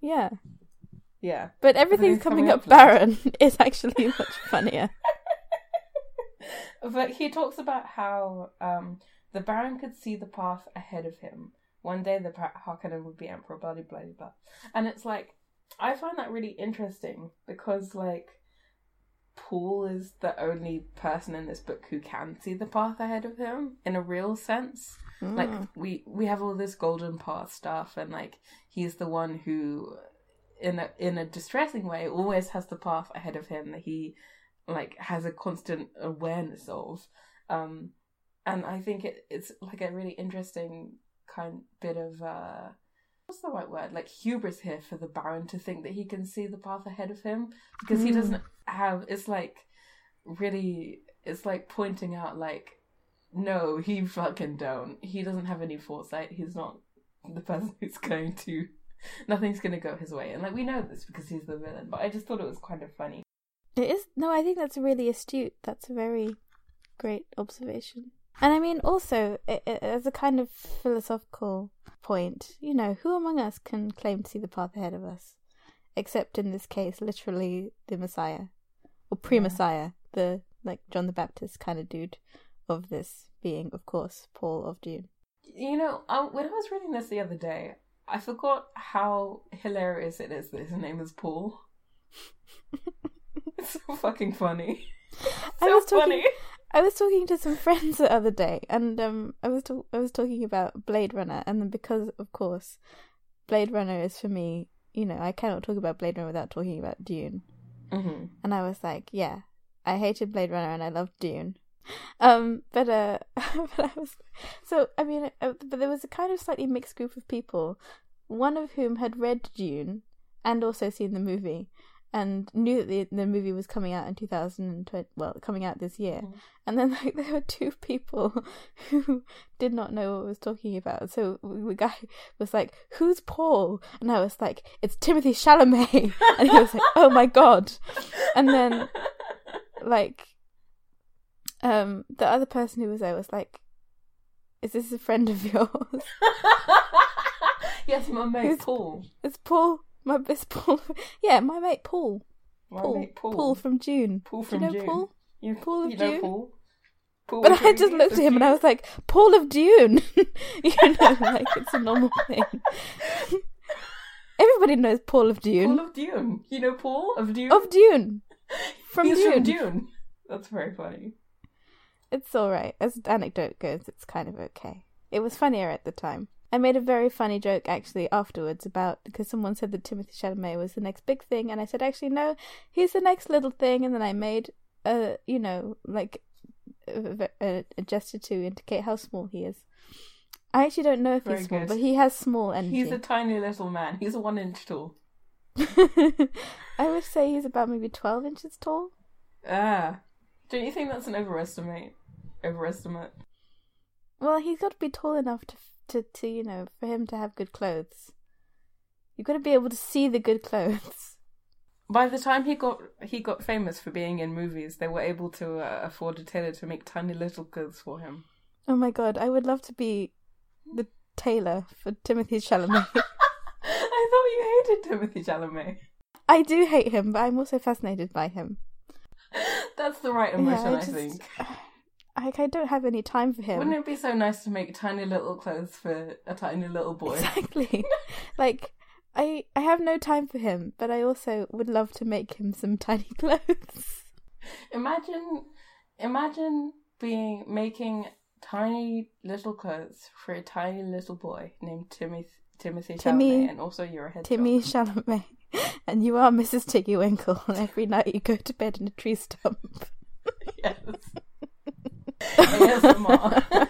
Speaker 1: Yeah,
Speaker 2: Yeah.
Speaker 1: but everything's
Speaker 2: Everything's
Speaker 1: coming
Speaker 2: coming
Speaker 1: up,
Speaker 2: up, Lord.
Speaker 1: Baron (laughs) is actually (laughs) much funnier.
Speaker 2: But he talks about how um, the Baron could see the path ahead of him. One day the Par- Harkonnen would be Emperor, blah, blah, blah, blah, blah. And it's like, I find that really interesting because, like, Paul is the only person in this book who can see the path ahead of him in a real sense. Like,
Speaker 1: Mm.
Speaker 2: we, we have all this golden path stuff, and, like, he's the one who, in a, in a distressing way, always has the path ahead of him that he like has a constant awareness of um and i think it, it's like a really interesting kind bit of uh what's the right word like hubris here for the baron to think that he can see the path ahead of him because he
Speaker 1: Mm.
Speaker 2: doesn't have it's like really it's like pointing out like no he fucking don't he doesn't have any foresight he's not the person (laughs) who's going to nothing's going to go his way and like we know this because he's the villain but i just thought it was kind of funny
Speaker 1: It is no, I think that's really astute. That's a very great observation. And I mean, also i i as a kind of philosophical point, you know, who among us can claim to see the path ahead of us, except in this case, literally the Messiah or pre-Messiah, the like John the Baptist kind of dude of this being, of course, Paul of Dune.
Speaker 2: You know, I, when I was reading this the other day, I forgot how hilarious it is that his name is
Speaker 1: (laughs)
Speaker 2: Paul. it's so fucking funny. (laughs)
Speaker 1: I
Speaker 2: so
Speaker 1: was talking-
Speaker 2: funny.
Speaker 1: I was talking to some (laughs) friends the other day, and um, I was ta- I was talking about Blade Runner, and then because of course, Blade Runner is for me. You know, I cannot talk about Blade Runner without talking about Dune.
Speaker 2: Mm-hmm.
Speaker 1: And I was like, yeah, I hated Blade Runner and I loved Dune. Um, but uh, (laughs) but I was so I mean, uh, but there was a kind of slightly mixed group of people, one of whom had read Dune and also seen the movie, and knew that the the movie was coming out in two thousand and twenty, well, coming out this year.
Speaker 2: Mhm.
Speaker 1: And then (laughs) like there were two people (laughs) who did not know what I was talking about. So the guy was like, "Who's Paul?" And I was like, "It's Timothy Chalamet." (laughs) And he was like, "Oh my god!" And
Speaker 2: (laughs)
Speaker 1: then like um the other person who was there was like is this a friend of yours (laughs)
Speaker 2: yes, my mate
Speaker 1: Who's-
Speaker 2: Paul.
Speaker 1: it's paul my it's paul (laughs) yeah my mate paul
Speaker 2: My
Speaker 1: paul
Speaker 2: mate Paul.
Speaker 1: from june
Speaker 2: Paul
Speaker 1: do you
Speaker 2: from
Speaker 1: know
Speaker 2: Dune.
Speaker 1: paul
Speaker 2: You,
Speaker 1: Paul of
Speaker 2: you know
Speaker 1: Dune.
Speaker 2: Paul. Paul
Speaker 1: but
Speaker 2: with
Speaker 1: i
Speaker 2: two
Speaker 1: just
Speaker 2: E's
Speaker 1: looked at
Speaker 2: of
Speaker 1: him and i
Speaker 2: Dune.
Speaker 1: was like paul of dune (laughs) you know like it's a normal (laughs) thing everybody knows paul of dune
Speaker 2: Paul of Dune. You know Paul of Dune?
Speaker 1: of dune from
Speaker 2: He's
Speaker 1: dune
Speaker 2: from Dune. That's very funny.
Speaker 1: It's all right. As the anecdote goes, it's kind of okay. It was funnier at the time. I made a very funny joke actually afterwards about because someone said that Timothy Chalamet was the next big thing, and I said actually no, he's the next little thing, and then I made a you know like a, a, a gesture to indicate how small he is. I actually don't know if
Speaker 2: Very
Speaker 1: he's small,
Speaker 2: good.
Speaker 1: but he has small energy.
Speaker 2: He's
Speaker 1: (laughs)
Speaker 2: a tiny little man. He's one inch tall.
Speaker 1: I would say he's about maybe twelve inches tall.
Speaker 2: Ah, Don't you think that's an overestimate? Overestimate.
Speaker 1: Well, he's got to be tall enough to, to, to you know, for him to have good clothes. You've got to be able to see the good clothes. (laughs)
Speaker 2: By the time he got he got famous for being in movies, they were able to uh, afford a tailor to make tiny little clothes for him. (laughs)
Speaker 1: Oh my god, I would love to be the tailor for Timothy
Speaker 2: (laughs)
Speaker 1: Chalamet.
Speaker 2: I thought you hated Timothy Chalamet.
Speaker 1: I do hate him, but I'm also fascinated by him.
Speaker 2: That's the right emotion, I,
Speaker 1: just-
Speaker 2: think.
Speaker 1: (sighs) Like, I don't have any time for him. (laughs)
Speaker 2: Wouldn't it be so nice to make tiny little clothes for a tiny little boy?
Speaker 1: (laughs)
Speaker 2: (laughs)
Speaker 1: Exactly. like I I have no time for him, but I also would love to make him some tiny (laughs) clothes.
Speaker 2: Imagine, imagine being making tiny little clothes for a tiny little boy named Timothy Timothy
Speaker 1: Timmy-
Speaker 2: Chalamet, and also you're a hedgehog.
Speaker 1: Timmy Chalamet. (laughs) And you are Mrs. Tiggy Winkle, (laughs) and every night you go to bed in a tree stump. (laughs)
Speaker 2: Yes.
Speaker 1: (laughs)
Speaker 2: ASMR.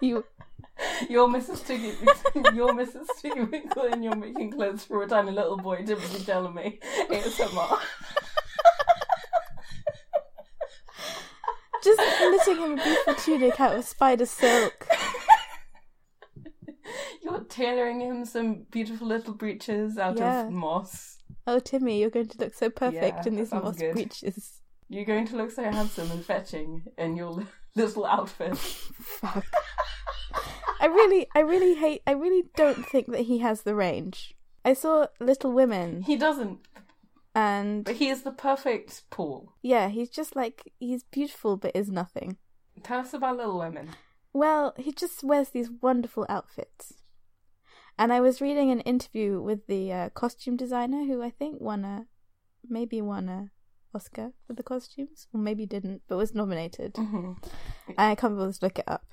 Speaker 1: you
Speaker 2: You're Mrs. Tiggy. (laughs) You're Mrs. Tiggy Winkle, and you're making clothes for a tiny little boy, Timothy Chalamet. ASMR.
Speaker 1: just knitting him a beautiful tunic out of spider silk.
Speaker 2: You're tailoring him some beautiful little breeches out
Speaker 1: Yeah.
Speaker 2: of moss.
Speaker 1: Oh, Timmy, you're going to look so perfect
Speaker 2: Yeah,
Speaker 1: in these
Speaker 2: that sounds
Speaker 1: moss
Speaker 2: good.
Speaker 1: breeches.
Speaker 2: You're going to look so handsome and fetching in your li- little outfit.
Speaker 1: Fuck. I really, I really hate. I really don't think that he has the range. I saw Little Women,
Speaker 2: He doesn't,
Speaker 1: and
Speaker 2: but he is the perfect Paul.
Speaker 1: yeah, he's just like he's beautiful but is nothing.
Speaker 2: Tell us about Little Women.
Speaker 1: Well, he just wears these wonderful outfits. And I was reading an interview with the uh, costume designer who I think won a, maybe won a Oscar for the costumes, or maybe didn't, but was nominated.
Speaker 2: Mm-hmm.
Speaker 1: I can't bother to look it up.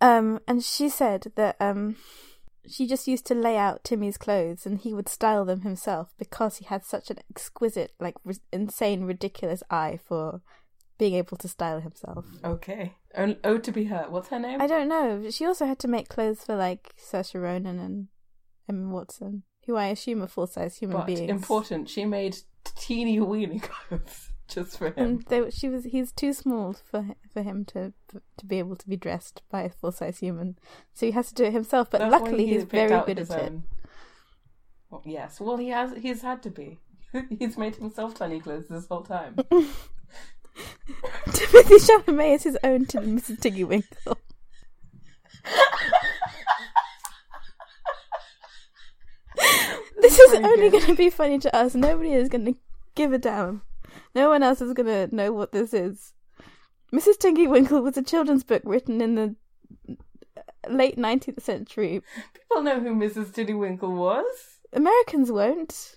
Speaker 1: Um, and she said that um, she just used to lay out Timmy's clothes, and he would style them himself because he had such an exquisite, like ri insane, ridiculous eye for being able to style himself.
Speaker 2: Okay. Oh, oh, to be her. What's her name?
Speaker 1: I don't know. She also had to make clothes for like Saoirse Ronan and Emma Watson, who I assume are full-size human
Speaker 2: but
Speaker 1: beings.
Speaker 2: important. She made teeny weeny clothes (laughs) just for him.
Speaker 1: And they, she was he's too small for for him to to be able to be dressed by a full size human, so he has to do it himself. But
Speaker 2: That's why
Speaker 1: luckily,
Speaker 2: he
Speaker 1: he's
Speaker 2: picked
Speaker 1: very
Speaker 2: out
Speaker 1: good
Speaker 2: his
Speaker 1: at it.
Speaker 2: own- Well, yes. Well, he has. He's had to be. (laughs) he's made himself tiny clothes this
Speaker 1: (laughs)
Speaker 2: whole time.
Speaker 1: Timothy Chalamet is his own to Mrs. Tiggy Winkle. this is
Speaker 2: Very
Speaker 1: only
Speaker 2: good.
Speaker 1: going to be funny to us. Nobody is going to give a damn. No one else is going to know what this is. Mrs. Tiggy Winkle was a children's book written in the late 19th century.
Speaker 2: People know who Mrs. Tiddlywinkle was. (laughs)
Speaker 1: Americans won't.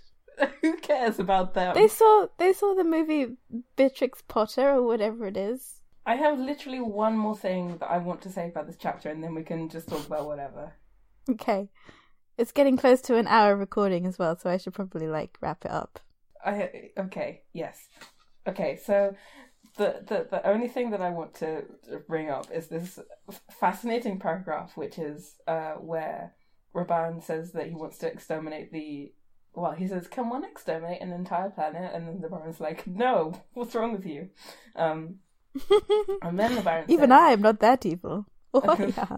Speaker 2: who cares about them?
Speaker 1: They saw they saw the movie Beatrix Potter or whatever it is.
Speaker 2: I have literally one more thing that I want to say about this chapter, and then we can just talk about whatever.
Speaker 1: Okay. It's getting close to an hour of recording as well, so I should probably like wrap it up.
Speaker 2: I okay, yes, okay. So the the the only thing that I want to bring up is this f- fascinating paragraph, which is uh, where Raban says that he wants to exterminate the. Well, he says, "Can one exterminate an entire planet?" And then the Baron's like, "No, what's wrong with you?"
Speaker 1: (laughs)
Speaker 2: Um, and then the Baron,
Speaker 1: Even
Speaker 2: says,
Speaker 1: I am not that evil. (laughs) Oh yeah.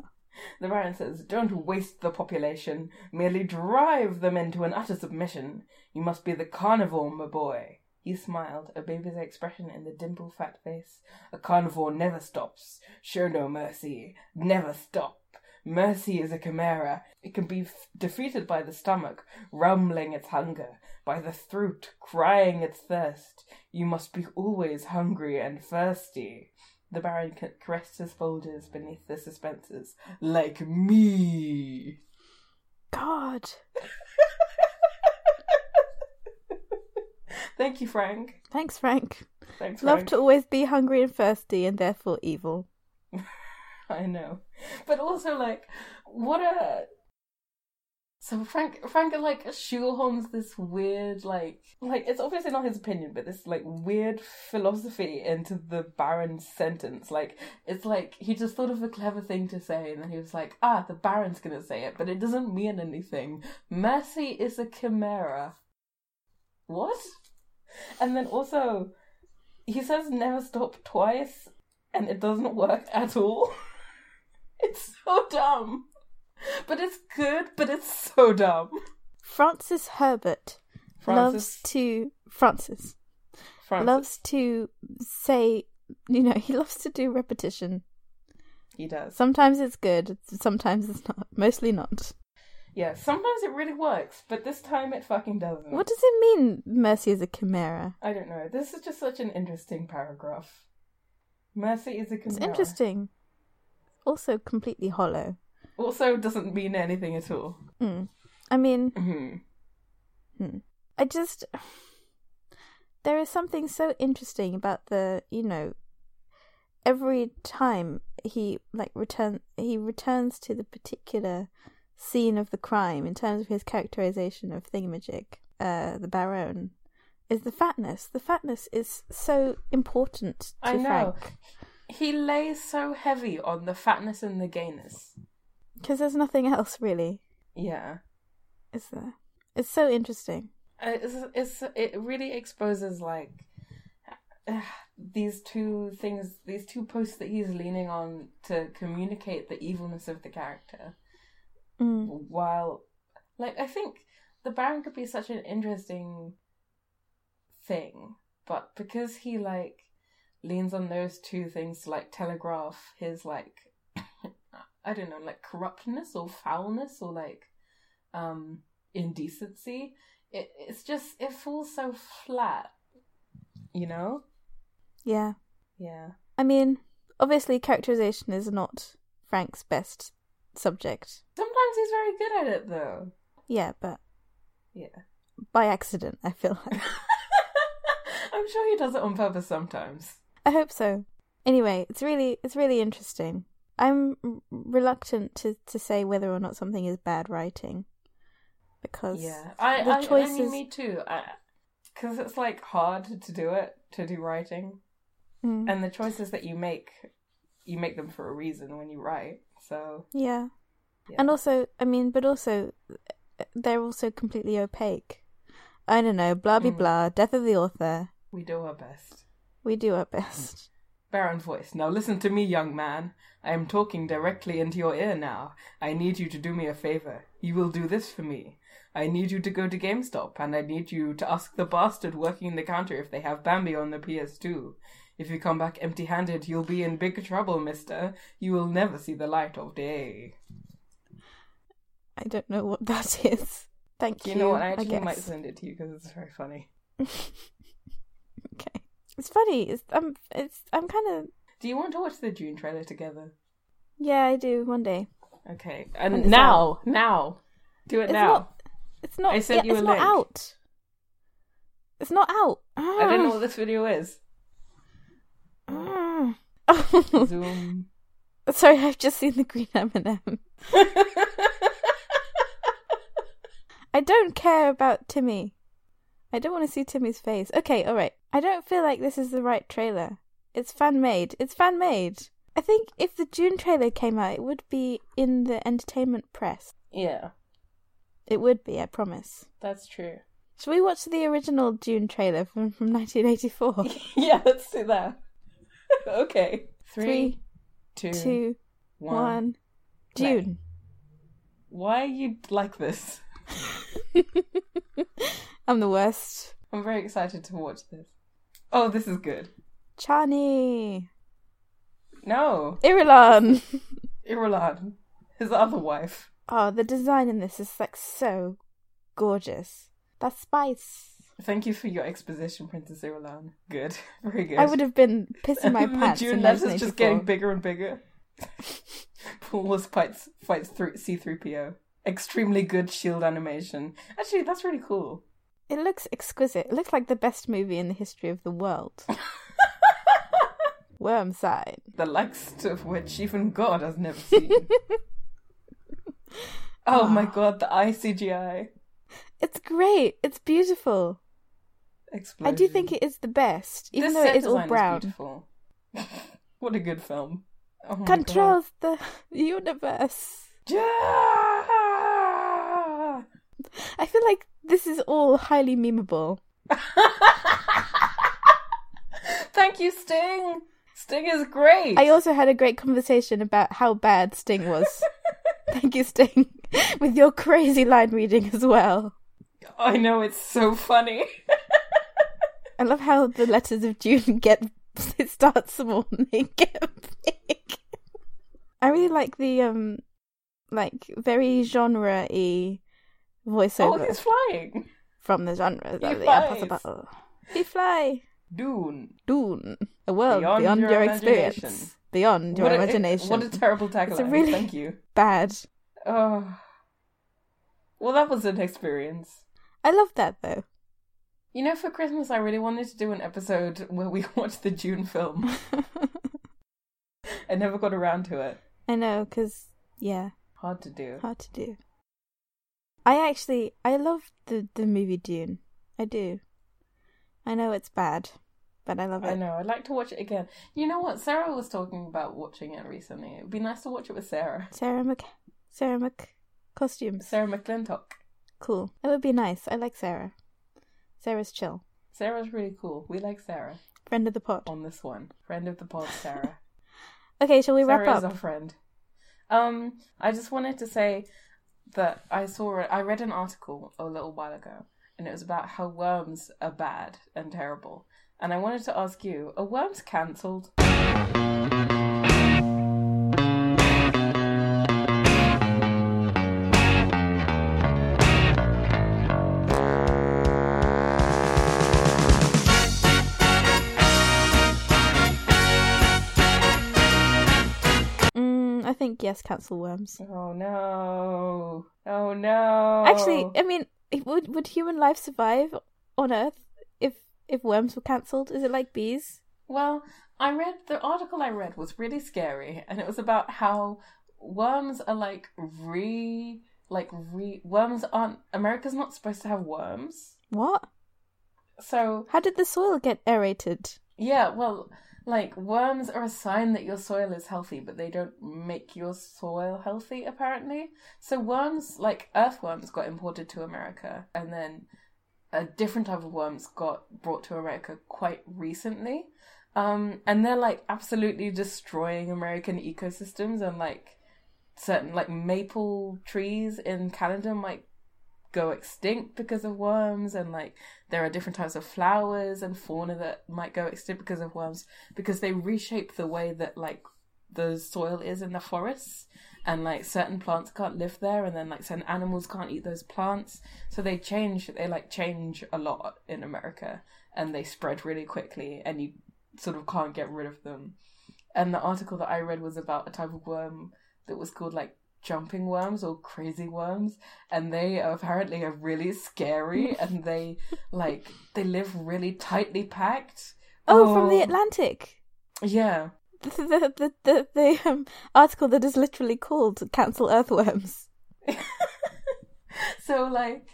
Speaker 2: The Baron says, Don't waste the population, merely drive them into an utter submission. You must be the carnivore, my boy. He smiled, a baby's expression in the dimple fat face. A carnivore never stops. Show no mercy. Never stop. Mercy is a chimera. It can be f- defeated by the stomach, rumbling its hunger, by the throat, crying its thirst. You must be always hungry and thirsty. The Baron ca- caressed his shoulders beneath the suspensors, like me.
Speaker 1: God.
Speaker 2: Thank you, Frank.
Speaker 1: Thanks, Frank.
Speaker 2: Thanks,
Speaker 1: Love
Speaker 2: Frank.
Speaker 1: to always be hungry and thirsty and therefore evil.
Speaker 2: (laughs) I know, but also like, what a. So Frank, Frank like shoehorns this weird like like it's obviously not his opinion, but this like weird philosophy into the Baron's sentence. Like it's like he just thought of a clever thing to say, and then he was like, ah, the Baron's gonna say it, but it doesn't mean anything. Mercy is a chimera. What? And then also, he says never stop twice, and it doesn't work at all. It's so dumb. But it's good, but it's so dumb.
Speaker 1: Francis Herbert loves
Speaker 2: Francis,
Speaker 1: to Francis,
Speaker 2: Francis
Speaker 1: loves to say, you know, (laughs) he loves to do repetition.
Speaker 2: he does.
Speaker 1: Sometimes it's good, sometimes it's not. Mostly not.
Speaker 2: Yeah, sometimes it really works, but this time it fucking doesn't.
Speaker 1: What does it mean? Mercy is a chimera.
Speaker 2: I don't know. This is just such an interesting paragraph. Mercy is a
Speaker 1: It's
Speaker 2: chimera.
Speaker 1: interesting. Also, completely hollow.
Speaker 2: Also, doesn't mean anything at all.
Speaker 1: Mm. I mean, hmm.
Speaker 2: hmm Mm-hmm.
Speaker 1: I just (sighs) there is something so interesting about the you know every time he like return he returns to the particular scene of the crime in terms of his characterization of thingamajig uh the baron is the fatness the fatness is so important to
Speaker 2: I know.
Speaker 1: frank
Speaker 2: He lays so heavy on the fatness and the gayness.
Speaker 1: because there's nothing else really
Speaker 2: Yeah.
Speaker 1: is there it's so interesting
Speaker 2: Uh, it's, it's it really exposes like (sighs) uh, these two things these two posts that he's leaning on to communicate the evilness of the character
Speaker 1: mm.
Speaker 2: while like i think the baron could be such an interesting thing but because he like leans on those two things to like telegraph his like (coughs) i don't know like corruptness or foulness or like um indecency it, it's just it falls so flat you know
Speaker 1: yeah
Speaker 2: yeah
Speaker 1: I mean, obviously, characterization is not Frank's best subject.
Speaker 2: sometimes he's very good at it though
Speaker 1: Yeah, but
Speaker 2: yeah
Speaker 1: by accident, I feel
Speaker 2: (laughs)
Speaker 1: like.
Speaker 2: i'm sure he does it on purpose sometimes
Speaker 1: I hope so. Anyway, it's really, it's really interesting. I'm r- reluctant to, to say whether or not something is bad writing, because
Speaker 2: Yeah, I,
Speaker 1: the
Speaker 2: I, I
Speaker 1: choices-
Speaker 2: mean, me too. Because it's like hard to do it, to do writing,
Speaker 1: Mm,
Speaker 2: and the choices that you make, you make them for a reason when you write. So
Speaker 1: yeah.
Speaker 2: yeah.
Speaker 1: and also, I mean, but also, uh, they're also completely opaque. I don't know, blah blah
Speaker 2: Mm.
Speaker 1: blah. Death of the author.
Speaker 2: we do our best.
Speaker 1: We do our best.
Speaker 2: Baron voice. Now listen to me, young man. I am talking directly into your ear now. I need you to do me a favor. You will do this for me. I need you to go to GameStop, and I need you to ask the bastard working the counter if they have Bambi on the PS2. If you come back empty handed, you'll be in big trouble, mister. You will never see the light of day.
Speaker 1: I don't know what that (laughs) is. Thank
Speaker 2: Do
Speaker 1: you.
Speaker 2: you know what? I
Speaker 1: I
Speaker 2: actually might
Speaker 1: guess.
Speaker 2: send it to you because it's very funny.
Speaker 1: Okay. It's funny. It's I'm it's I'm kind of
Speaker 2: Do you want to watch the June trailer together?
Speaker 1: yeah. I do one day.
Speaker 2: Okay.
Speaker 1: And
Speaker 2: And
Speaker 1: it's
Speaker 2: now! Now! Do it
Speaker 1: It's
Speaker 2: now!
Speaker 1: not- It's not.
Speaker 2: I sent
Speaker 1: yeah,
Speaker 2: you
Speaker 1: it's
Speaker 2: a
Speaker 1: not
Speaker 2: link.
Speaker 1: out. It's not out.
Speaker 2: I
Speaker 1: (sighs)
Speaker 2: don't know what this video
Speaker 1: (laughs)
Speaker 2: is.
Speaker 1: Ah. know.
Speaker 2: Zoom.
Speaker 1: Sorry, I've just seen the green M and m I don't care about Timmy. I don't want to see Timmy's face. Okay, all right. I don't feel like this is the right trailer. It's fan made. It's fan made. I think if the June trailer came out, it would be in the entertainment press.
Speaker 2: yeah,
Speaker 1: It would be, I promise. (laughs)
Speaker 2: that's true.
Speaker 1: Should we watch the original June trailer from, from 1984?
Speaker 2: Yeah, let's do that. (laughs) okay.
Speaker 1: Three,
Speaker 2: Three, two, one.
Speaker 1: Two, one, June.
Speaker 2: Why are you like this? (laughs)
Speaker 1: I'm the worst.
Speaker 2: I'm very excited to watch this. Oh, this is good.
Speaker 1: Chani.
Speaker 2: No,
Speaker 1: Irulan.
Speaker 2: Irulan, his other wife.
Speaker 1: Oh, the design in this is like so gorgeous. That spice.
Speaker 2: Thank you for your exposition, Princess Irulan. Good, (laughs) very good.
Speaker 1: I would have been pissing
Speaker 2: (laughs)
Speaker 1: my pants.
Speaker 2: the
Speaker 1: in
Speaker 2: June letter's just
Speaker 1: 1984.
Speaker 2: getting bigger and bigger. (laughs) Paulus fights fights through C3PO. Extremely good shield animation. Actually, that's really cool.
Speaker 1: It looks exquisite. It looks like the best movie in the history of the
Speaker 2: (laughs)
Speaker 1: world. Worm sign.
Speaker 2: the likes of which even God has never seen.
Speaker 1: Ah.
Speaker 2: oh my god, the ICGI
Speaker 1: It's great. It's beautiful.
Speaker 2: explosion.
Speaker 1: I do think it is the best, even
Speaker 2: This
Speaker 1: though
Speaker 2: set
Speaker 1: it is all
Speaker 2: design
Speaker 1: brown.
Speaker 2: beautiful. (laughs) what a good film. Oh my God.
Speaker 1: Controls the (laughs) universe.
Speaker 2: Yeah!
Speaker 1: I feel like this is all highly memeable.
Speaker 2: Thank you, Sting. Sting is great.
Speaker 1: I also had a great conversation about how bad Sting
Speaker 2: (laughs)
Speaker 1: was. Thank you, Sting, with your crazy line reading as well.
Speaker 2: I know it's so
Speaker 1: (laughs)
Speaker 2: funny.
Speaker 1: I love how the letters of June get (laughs) it starts small (laughs) and they get big. I really like the um, like very genre y
Speaker 2: oh,
Speaker 1: voiceover
Speaker 2: he's flying.
Speaker 1: from the genre.
Speaker 2: He
Speaker 1: the
Speaker 2: flies.
Speaker 1: impossible. He fly.
Speaker 2: Dune.
Speaker 1: Dune, a world beyond,
Speaker 2: Beyond
Speaker 1: your,
Speaker 2: your
Speaker 1: experience,
Speaker 2: imagination.
Speaker 1: beyond your
Speaker 2: What a-
Speaker 1: imagination.
Speaker 2: what a terrible tagline.
Speaker 1: It's a really-
Speaker 2: Thank you.
Speaker 1: Bad.
Speaker 2: Oh. Well, that was an experience.
Speaker 1: I love that though.
Speaker 2: You know, for Christmas, I really wanted to do an episode where we (laughs) watched the June film. I never got around to it.
Speaker 1: I know, cause yeah,
Speaker 2: Hard to do.
Speaker 1: hard to do. I actually, I love the the movie Dune. I do. I know it's bad, but I love it.
Speaker 2: I know. I'd like to watch it again. You know what? Sarah was talking about watching it recently. It'd be nice to watch it with Sarah.
Speaker 1: Sarah Mc, Sarah Mc, costumes,
Speaker 2: Sarah McClintock.
Speaker 1: cool. It would be nice. I like Sarah. Sarah's chill,
Speaker 2: Sarah's really cool. We like Sarah
Speaker 1: friend of the pod.
Speaker 2: on this one. Friend of the pod, Sarah.
Speaker 1: Okay, shall we wrap
Speaker 2: Sarah is
Speaker 1: up?
Speaker 2: our friend. Um, I just wanted to say that I saw I read an article a little while ago, and it was about how worms are bad and terrible. And I wanted to ask you: Are worms cancelled?
Speaker 1: Mm, I think yes, cancel worms.
Speaker 2: Oh no! Oh no!
Speaker 1: Actually, I mean, it- would would human life survive on Earth if if worms were cancelled? Is it like bees?
Speaker 2: Well, I read the article I read was really scary, and it was about how worms are like re like re worms aren't America's not supposed to have worms.
Speaker 1: What?
Speaker 2: So
Speaker 1: How did the soil get aerated?
Speaker 2: yeah, well, like worms are a sign that your soil is healthy, but they don't make your soil healthy apparently. So worms like earthworms got imported to America and then a different type of worms got brought to America quite recently. Um, and they're like absolutely destroying American ecosystems and like certain like maple trees in Canada might go extinct because of worms and like there are different types of flowers and fauna that might go extinct because of worms because they reshape the way that like the soil is in the forests and like certain plants can't live there and then like certain animals can't eat those plants so they change they like change a lot in america and they spread really quickly and you sort of can't get rid of them and the article that i read was about a type of worm that was called like jumping worms or crazy worms and they are apparently are
Speaker 1: (laughs)
Speaker 2: really scary and they like they live really tightly packed
Speaker 1: Oh, from the
Speaker 2: Oh.
Speaker 1: Atlantic. (laughs)
Speaker 2: yeah
Speaker 1: The the the, the, the um, article that is literally called "Cancel Earthworms."
Speaker 2: so like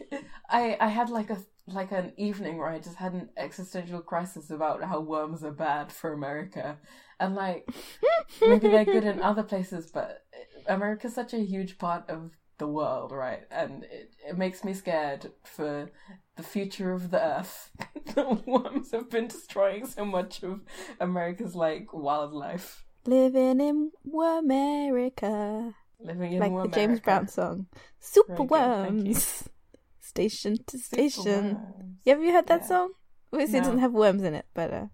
Speaker 2: i i had like a like an evening where i just had an existential crisis about how worms are bad for america and like maybe they're good in other places but america's such a huge part of the world right and it, it makes me scared for the future of the earth (laughs) that worms have been destroying so much of america's like wildlife
Speaker 1: Living in Wormerica,
Speaker 2: living in
Speaker 1: like
Speaker 2: America.
Speaker 1: the James Brown song. Super
Speaker 2: Very good, thank you.
Speaker 1: worms, station to
Speaker 2: Super
Speaker 1: station.
Speaker 2: worms.
Speaker 1: Have you heard that
Speaker 2: Yeah.
Speaker 1: song? Obviously, it
Speaker 2: No.
Speaker 1: doesn't have worms in it, but uh,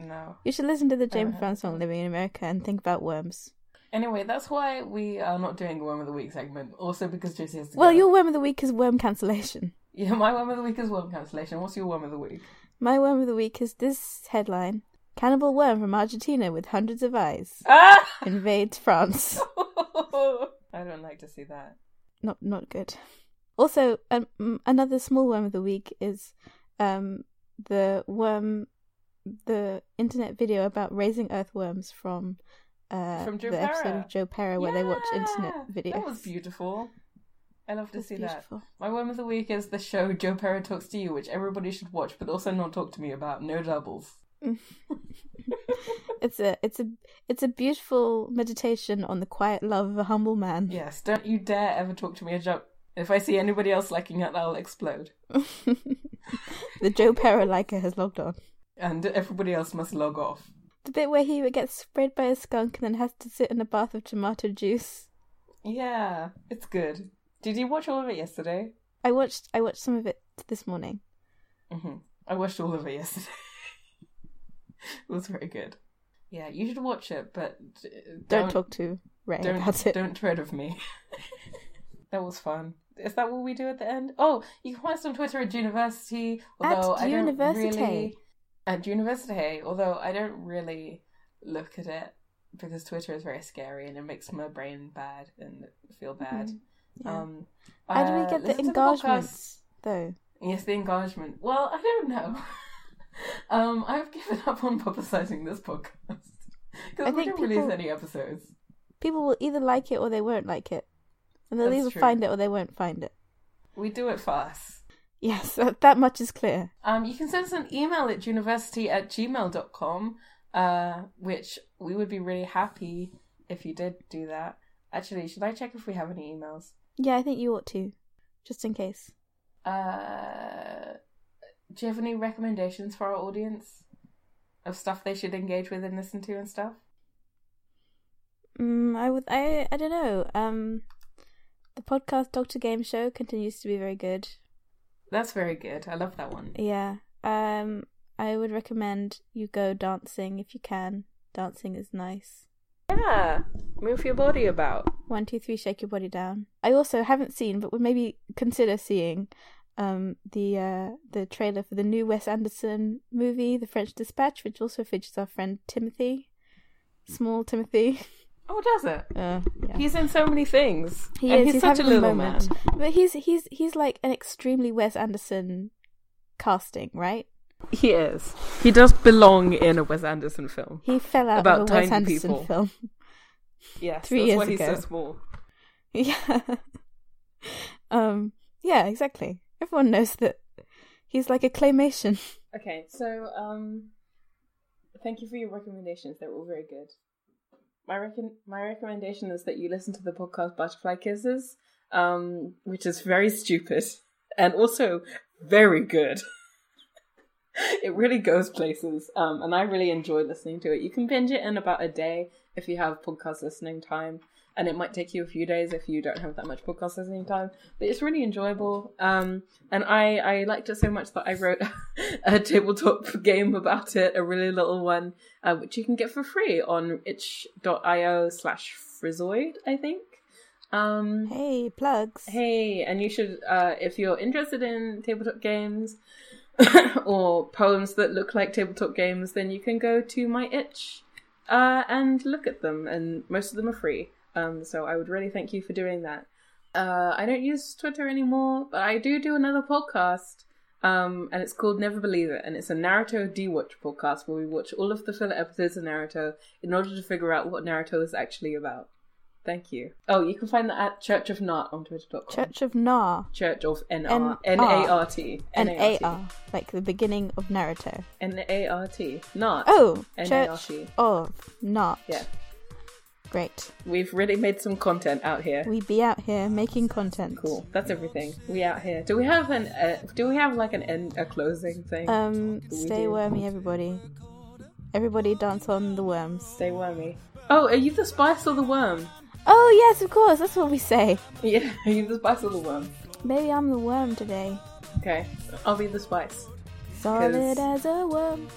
Speaker 2: no
Speaker 1: you should listen to the
Speaker 2: haven't
Speaker 1: James
Speaker 2: heard
Speaker 1: Brown
Speaker 2: that
Speaker 1: song
Speaker 2: song.
Speaker 1: "Living in America" and think about worms.
Speaker 2: Anyway, that's why we are not doing a Worm of the Week segment. Also because Josie has to
Speaker 1: Well,
Speaker 2: go.
Speaker 1: your worm of the week is worm cancellation.
Speaker 2: (laughs) Yeah, my Worm of the Week is Worm Cancellation. What's your Worm of the Week?
Speaker 1: My worm of the week is this headline: "Cannibal worm from Argentina with hundreds of eyes
Speaker 2: Ah! (laughs)
Speaker 1: invades France."
Speaker 2: I don't like to see that.
Speaker 1: not not good. Also, um, mm, another small worm of the week is um, the worm, the internet video about raising earthworms from, uh,
Speaker 2: From Joe
Speaker 1: the episode
Speaker 2: Pera.
Speaker 1: of Joe Pera where they watch internet
Speaker 2: Yeah!
Speaker 1: videos.
Speaker 2: That was beautiful. I love
Speaker 1: It
Speaker 2: to
Speaker 1: was
Speaker 2: see
Speaker 1: beautiful.
Speaker 2: that. My Worm of the Week is the show Joe Perra Talks to You, which everybody should watch, but also not talk to me about. No doubles.
Speaker 1: It's a it's a it's a beautiful meditation on the quiet love of a humble man. (laughs)
Speaker 2: Yes, don't you dare ever talk to me about. If I see anybody else liking it, I'll explode.
Speaker 1: the Joe Pera liker has logged on.
Speaker 2: and everybody else must log off.
Speaker 1: The bit where he gets sprayed by a skunk and then has to sit in a bath of tomato juice.
Speaker 2: Yeah, it's good. Did you watch all of it yesterday?
Speaker 1: I watched I watched some of it this morning.
Speaker 2: hmm I watched all of it yesterday. (laughs) it was very good. Yeah, you should watch it, but uh,
Speaker 1: Don't, talk to Ray
Speaker 2: don't,
Speaker 1: about it.
Speaker 2: Don't tread of me. (laughs) that was fun. Is that what we do at the end? Oh, you can find us on Twitter at University.
Speaker 1: At
Speaker 2: Although I don't
Speaker 1: University.
Speaker 2: really at University. Although I don't really look at it because Twitter is very scary and it makes my brain bad and feel bad.
Speaker 1: Mm-hmm. Yeah.
Speaker 2: Um,
Speaker 1: How do we
Speaker 2: uh,
Speaker 1: get the
Speaker 2: listen to
Speaker 1: engagement?
Speaker 2: podcasts.
Speaker 1: Though
Speaker 2: Yes, the engagement. Well, I don't know. (laughs) um, I've given up on publicizing this podcast (laughs) because
Speaker 1: I
Speaker 2: we
Speaker 1: think
Speaker 2: don't release
Speaker 1: people-
Speaker 2: any episodes.
Speaker 1: people will either like it or they won't like it, and they'll
Speaker 2: That's
Speaker 1: either
Speaker 2: true.
Speaker 1: find it or they won't find it.
Speaker 2: We do it for us.
Speaker 1: Yes, (laughs) that, that much is clear.
Speaker 2: Um, you can send us an email at university at gmail.com, uh, which we would be really happy if you did do that. Actually, should I check if we have any emails?
Speaker 1: Yeah, I think you ought to, just in case.
Speaker 2: Uh, do you have any recommendations for our audience of stuff they should engage with and listen to and stuff?
Speaker 1: Mm, I would. I. I don't know. Um, the podcast Doctor Game Show continues to be very good.
Speaker 2: That's very good. I love that one.
Speaker 1: Yeah. Um, I would recommend you go dancing if you can. Dancing is nice.
Speaker 2: Yeah, move your body about.
Speaker 1: One, two, three, shake your body down. I also haven't seen, but would maybe consider seeing, um, the uh the trailer for the new Wes Anderson movie, The French Dispatch, which also features our friend Timothy, small Timothy.
Speaker 2: Oh, does it?
Speaker 1: Uh, (laughs) yeah.
Speaker 2: He's in so many things.
Speaker 1: He
Speaker 2: and
Speaker 1: is.
Speaker 2: he's,
Speaker 1: He's
Speaker 2: such a
Speaker 1: having a
Speaker 2: little man.
Speaker 1: moment. But he's he's he's like an extremely Wes Anderson casting, right?
Speaker 2: He is. He does belong in a Wes Anderson film.
Speaker 1: He fell out
Speaker 2: About
Speaker 1: of a Wes
Speaker 2: tiny
Speaker 1: Anderson
Speaker 2: people.
Speaker 1: film. (laughs)
Speaker 2: Yes,
Speaker 1: Three
Speaker 2: that's
Speaker 1: years
Speaker 2: why he's
Speaker 1: ago.
Speaker 2: so small.
Speaker 1: yeah. (laughs) Um. Yeah. Exactly. Everyone knows that he's like a claymation.
Speaker 2: Okay, so um, thank you for your recommendations. They're all very good. My recon- my recommendation is that you listen to the podcast Butterfly Kisses, um, which is very stupid and also very good. (laughs) it really goes places, um, and I really enjoy listening to it. You can binge it in about a day if you have podcast listening time, and it might take you a few days if you don't have that much podcast listening time. But it's really enjoyable, um, and I I liked it so much that I wrote (laughs) a tabletop (laughs) game about it, a really little one, uh, which you can get for free on itch.io slash frizoid, I think. Um,
Speaker 1: Hey, plugs.
Speaker 2: Hey, and you should, uh, if you're interested in tabletop games (laughs) or poems that look like tabletop games, then you can go to my itch uh, and look at them, and most of them are free. Um, so I would really thank you for doing that. Uh, I don't use Twitter anymore, but I do do another podcast, um, and it's called Never Believe It, and it's a Naruto D-Watch podcast where we watch all of the filler episodes of Naruto in order to figure out what Naruto is actually about. Thank you. Oh, you can find that at Church of Nart on twitter.com.
Speaker 1: Church of Nar.
Speaker 2: Church of NR.
Speaker 1: N-
Speaker 2: N-A-R-T.
Speaker 1: N A
Speaker 2: N-A-R-T.
Speaker 1: R, like the beginning of Naruto.
Speaker 2: N-A-R-T. Nart.
Speaker 1: Oh,
Speaker 2: N-A-R-T.
Speaker 1: Church of Not.
Speaker 2: Yeah.
Speaker 1: Great.
Speaker 2: We've really made some content out here.
Speaker 1: We be out here making content.
Speaker 2: Cool. That's everything. We out here. Do we have an? Uh, do we have like an end, a closing thing?
Speaker 1: Um,
Speaker 2: We
Speaker 1: stay
Speaker 2: do.
Speaker 1: wormy, everybody. Everybody dance on the worms.
Speaker 2: Stay wormy. Oh, are you the spice or the worm?
Speaker 1: Oh yes, of course. That's what we say.
Speaker 2: (laughs) Yeah, are you the spice or the worm?
Speaker 1: Maybe I'm the worm today.
Speaker 2: Okay, I'll be the spice.
Speaker 1: Solid as
Speaker 2: 'Cause-
Speaker 1: a worm.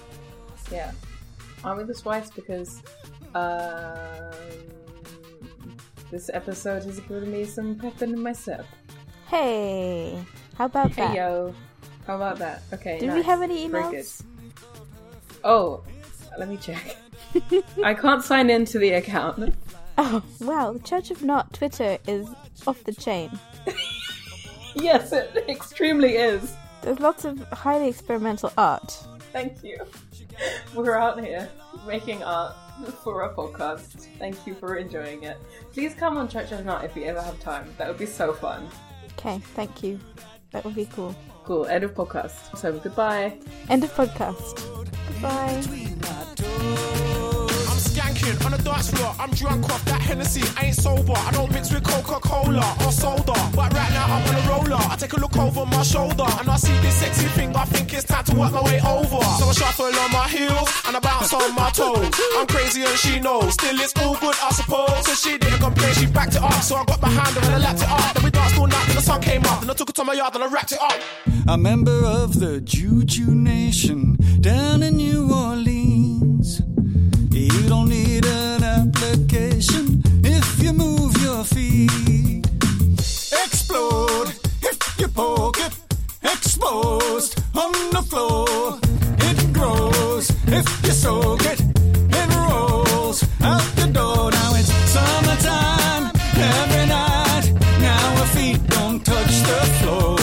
Speaker 2: Yeah, I'll be the spice because um, this episode has given me some pepper in my step.
Speaker 1: Hey, how about that?
Speaker 2: Hey yo, how about that? Okay.
Speaker 1: Did we
Speaker 2: nice.
Speaker 1: have any
Speaker 2: Very good.
Speaker 1: emails?
Speaker 2: Oh, let me (laughs) check. I can't sign into the account. (laughs)
Speaker 1: Oh wow, the Church of Not Twitter is off the chain.
Speaker 2: Yes, it (laughs) extremely is.
Speaker 1: There's lots of highly experimental art.
Speaker 2: Thank you. We're out here making art for a podcast. Thank you for enjoying it. Please come on Church of Night if you ever have time. That would be so fun.
Speaker 1: Okay, thank you. That would be cool.
Speaker 2: Cool. End of podcast. So goodbye.
Speaker 1: End of podcast. Goodbye.
Speaker 3: I'm skanking on the dance floor. I'm drunk off that Hennessy. I ain't sober. I don't mix with Coca Cola or soda. But right now I'm on a roller. I take a look over my shoulder and I see this sexy thing. I think it's time to work my way over. So I shuffle on my heels and I bounce on my toes. I'm crazy and she knows. Still it's all good, I suppose. So she didn't complain. She backed it up. So I got behind her and I lapped it up. Then we danced all night till the sun came up. Then I took it to my yard and I wrapped it up.
Speaker 4: a member of the Juju Nation down in New Orleans. You don't need an application if you move your feet. Explode if you poke it, exposed on the floor. It grows if you soak it, it rolls out the door. Now it's summertime every night. Now our feet don't touch the floor.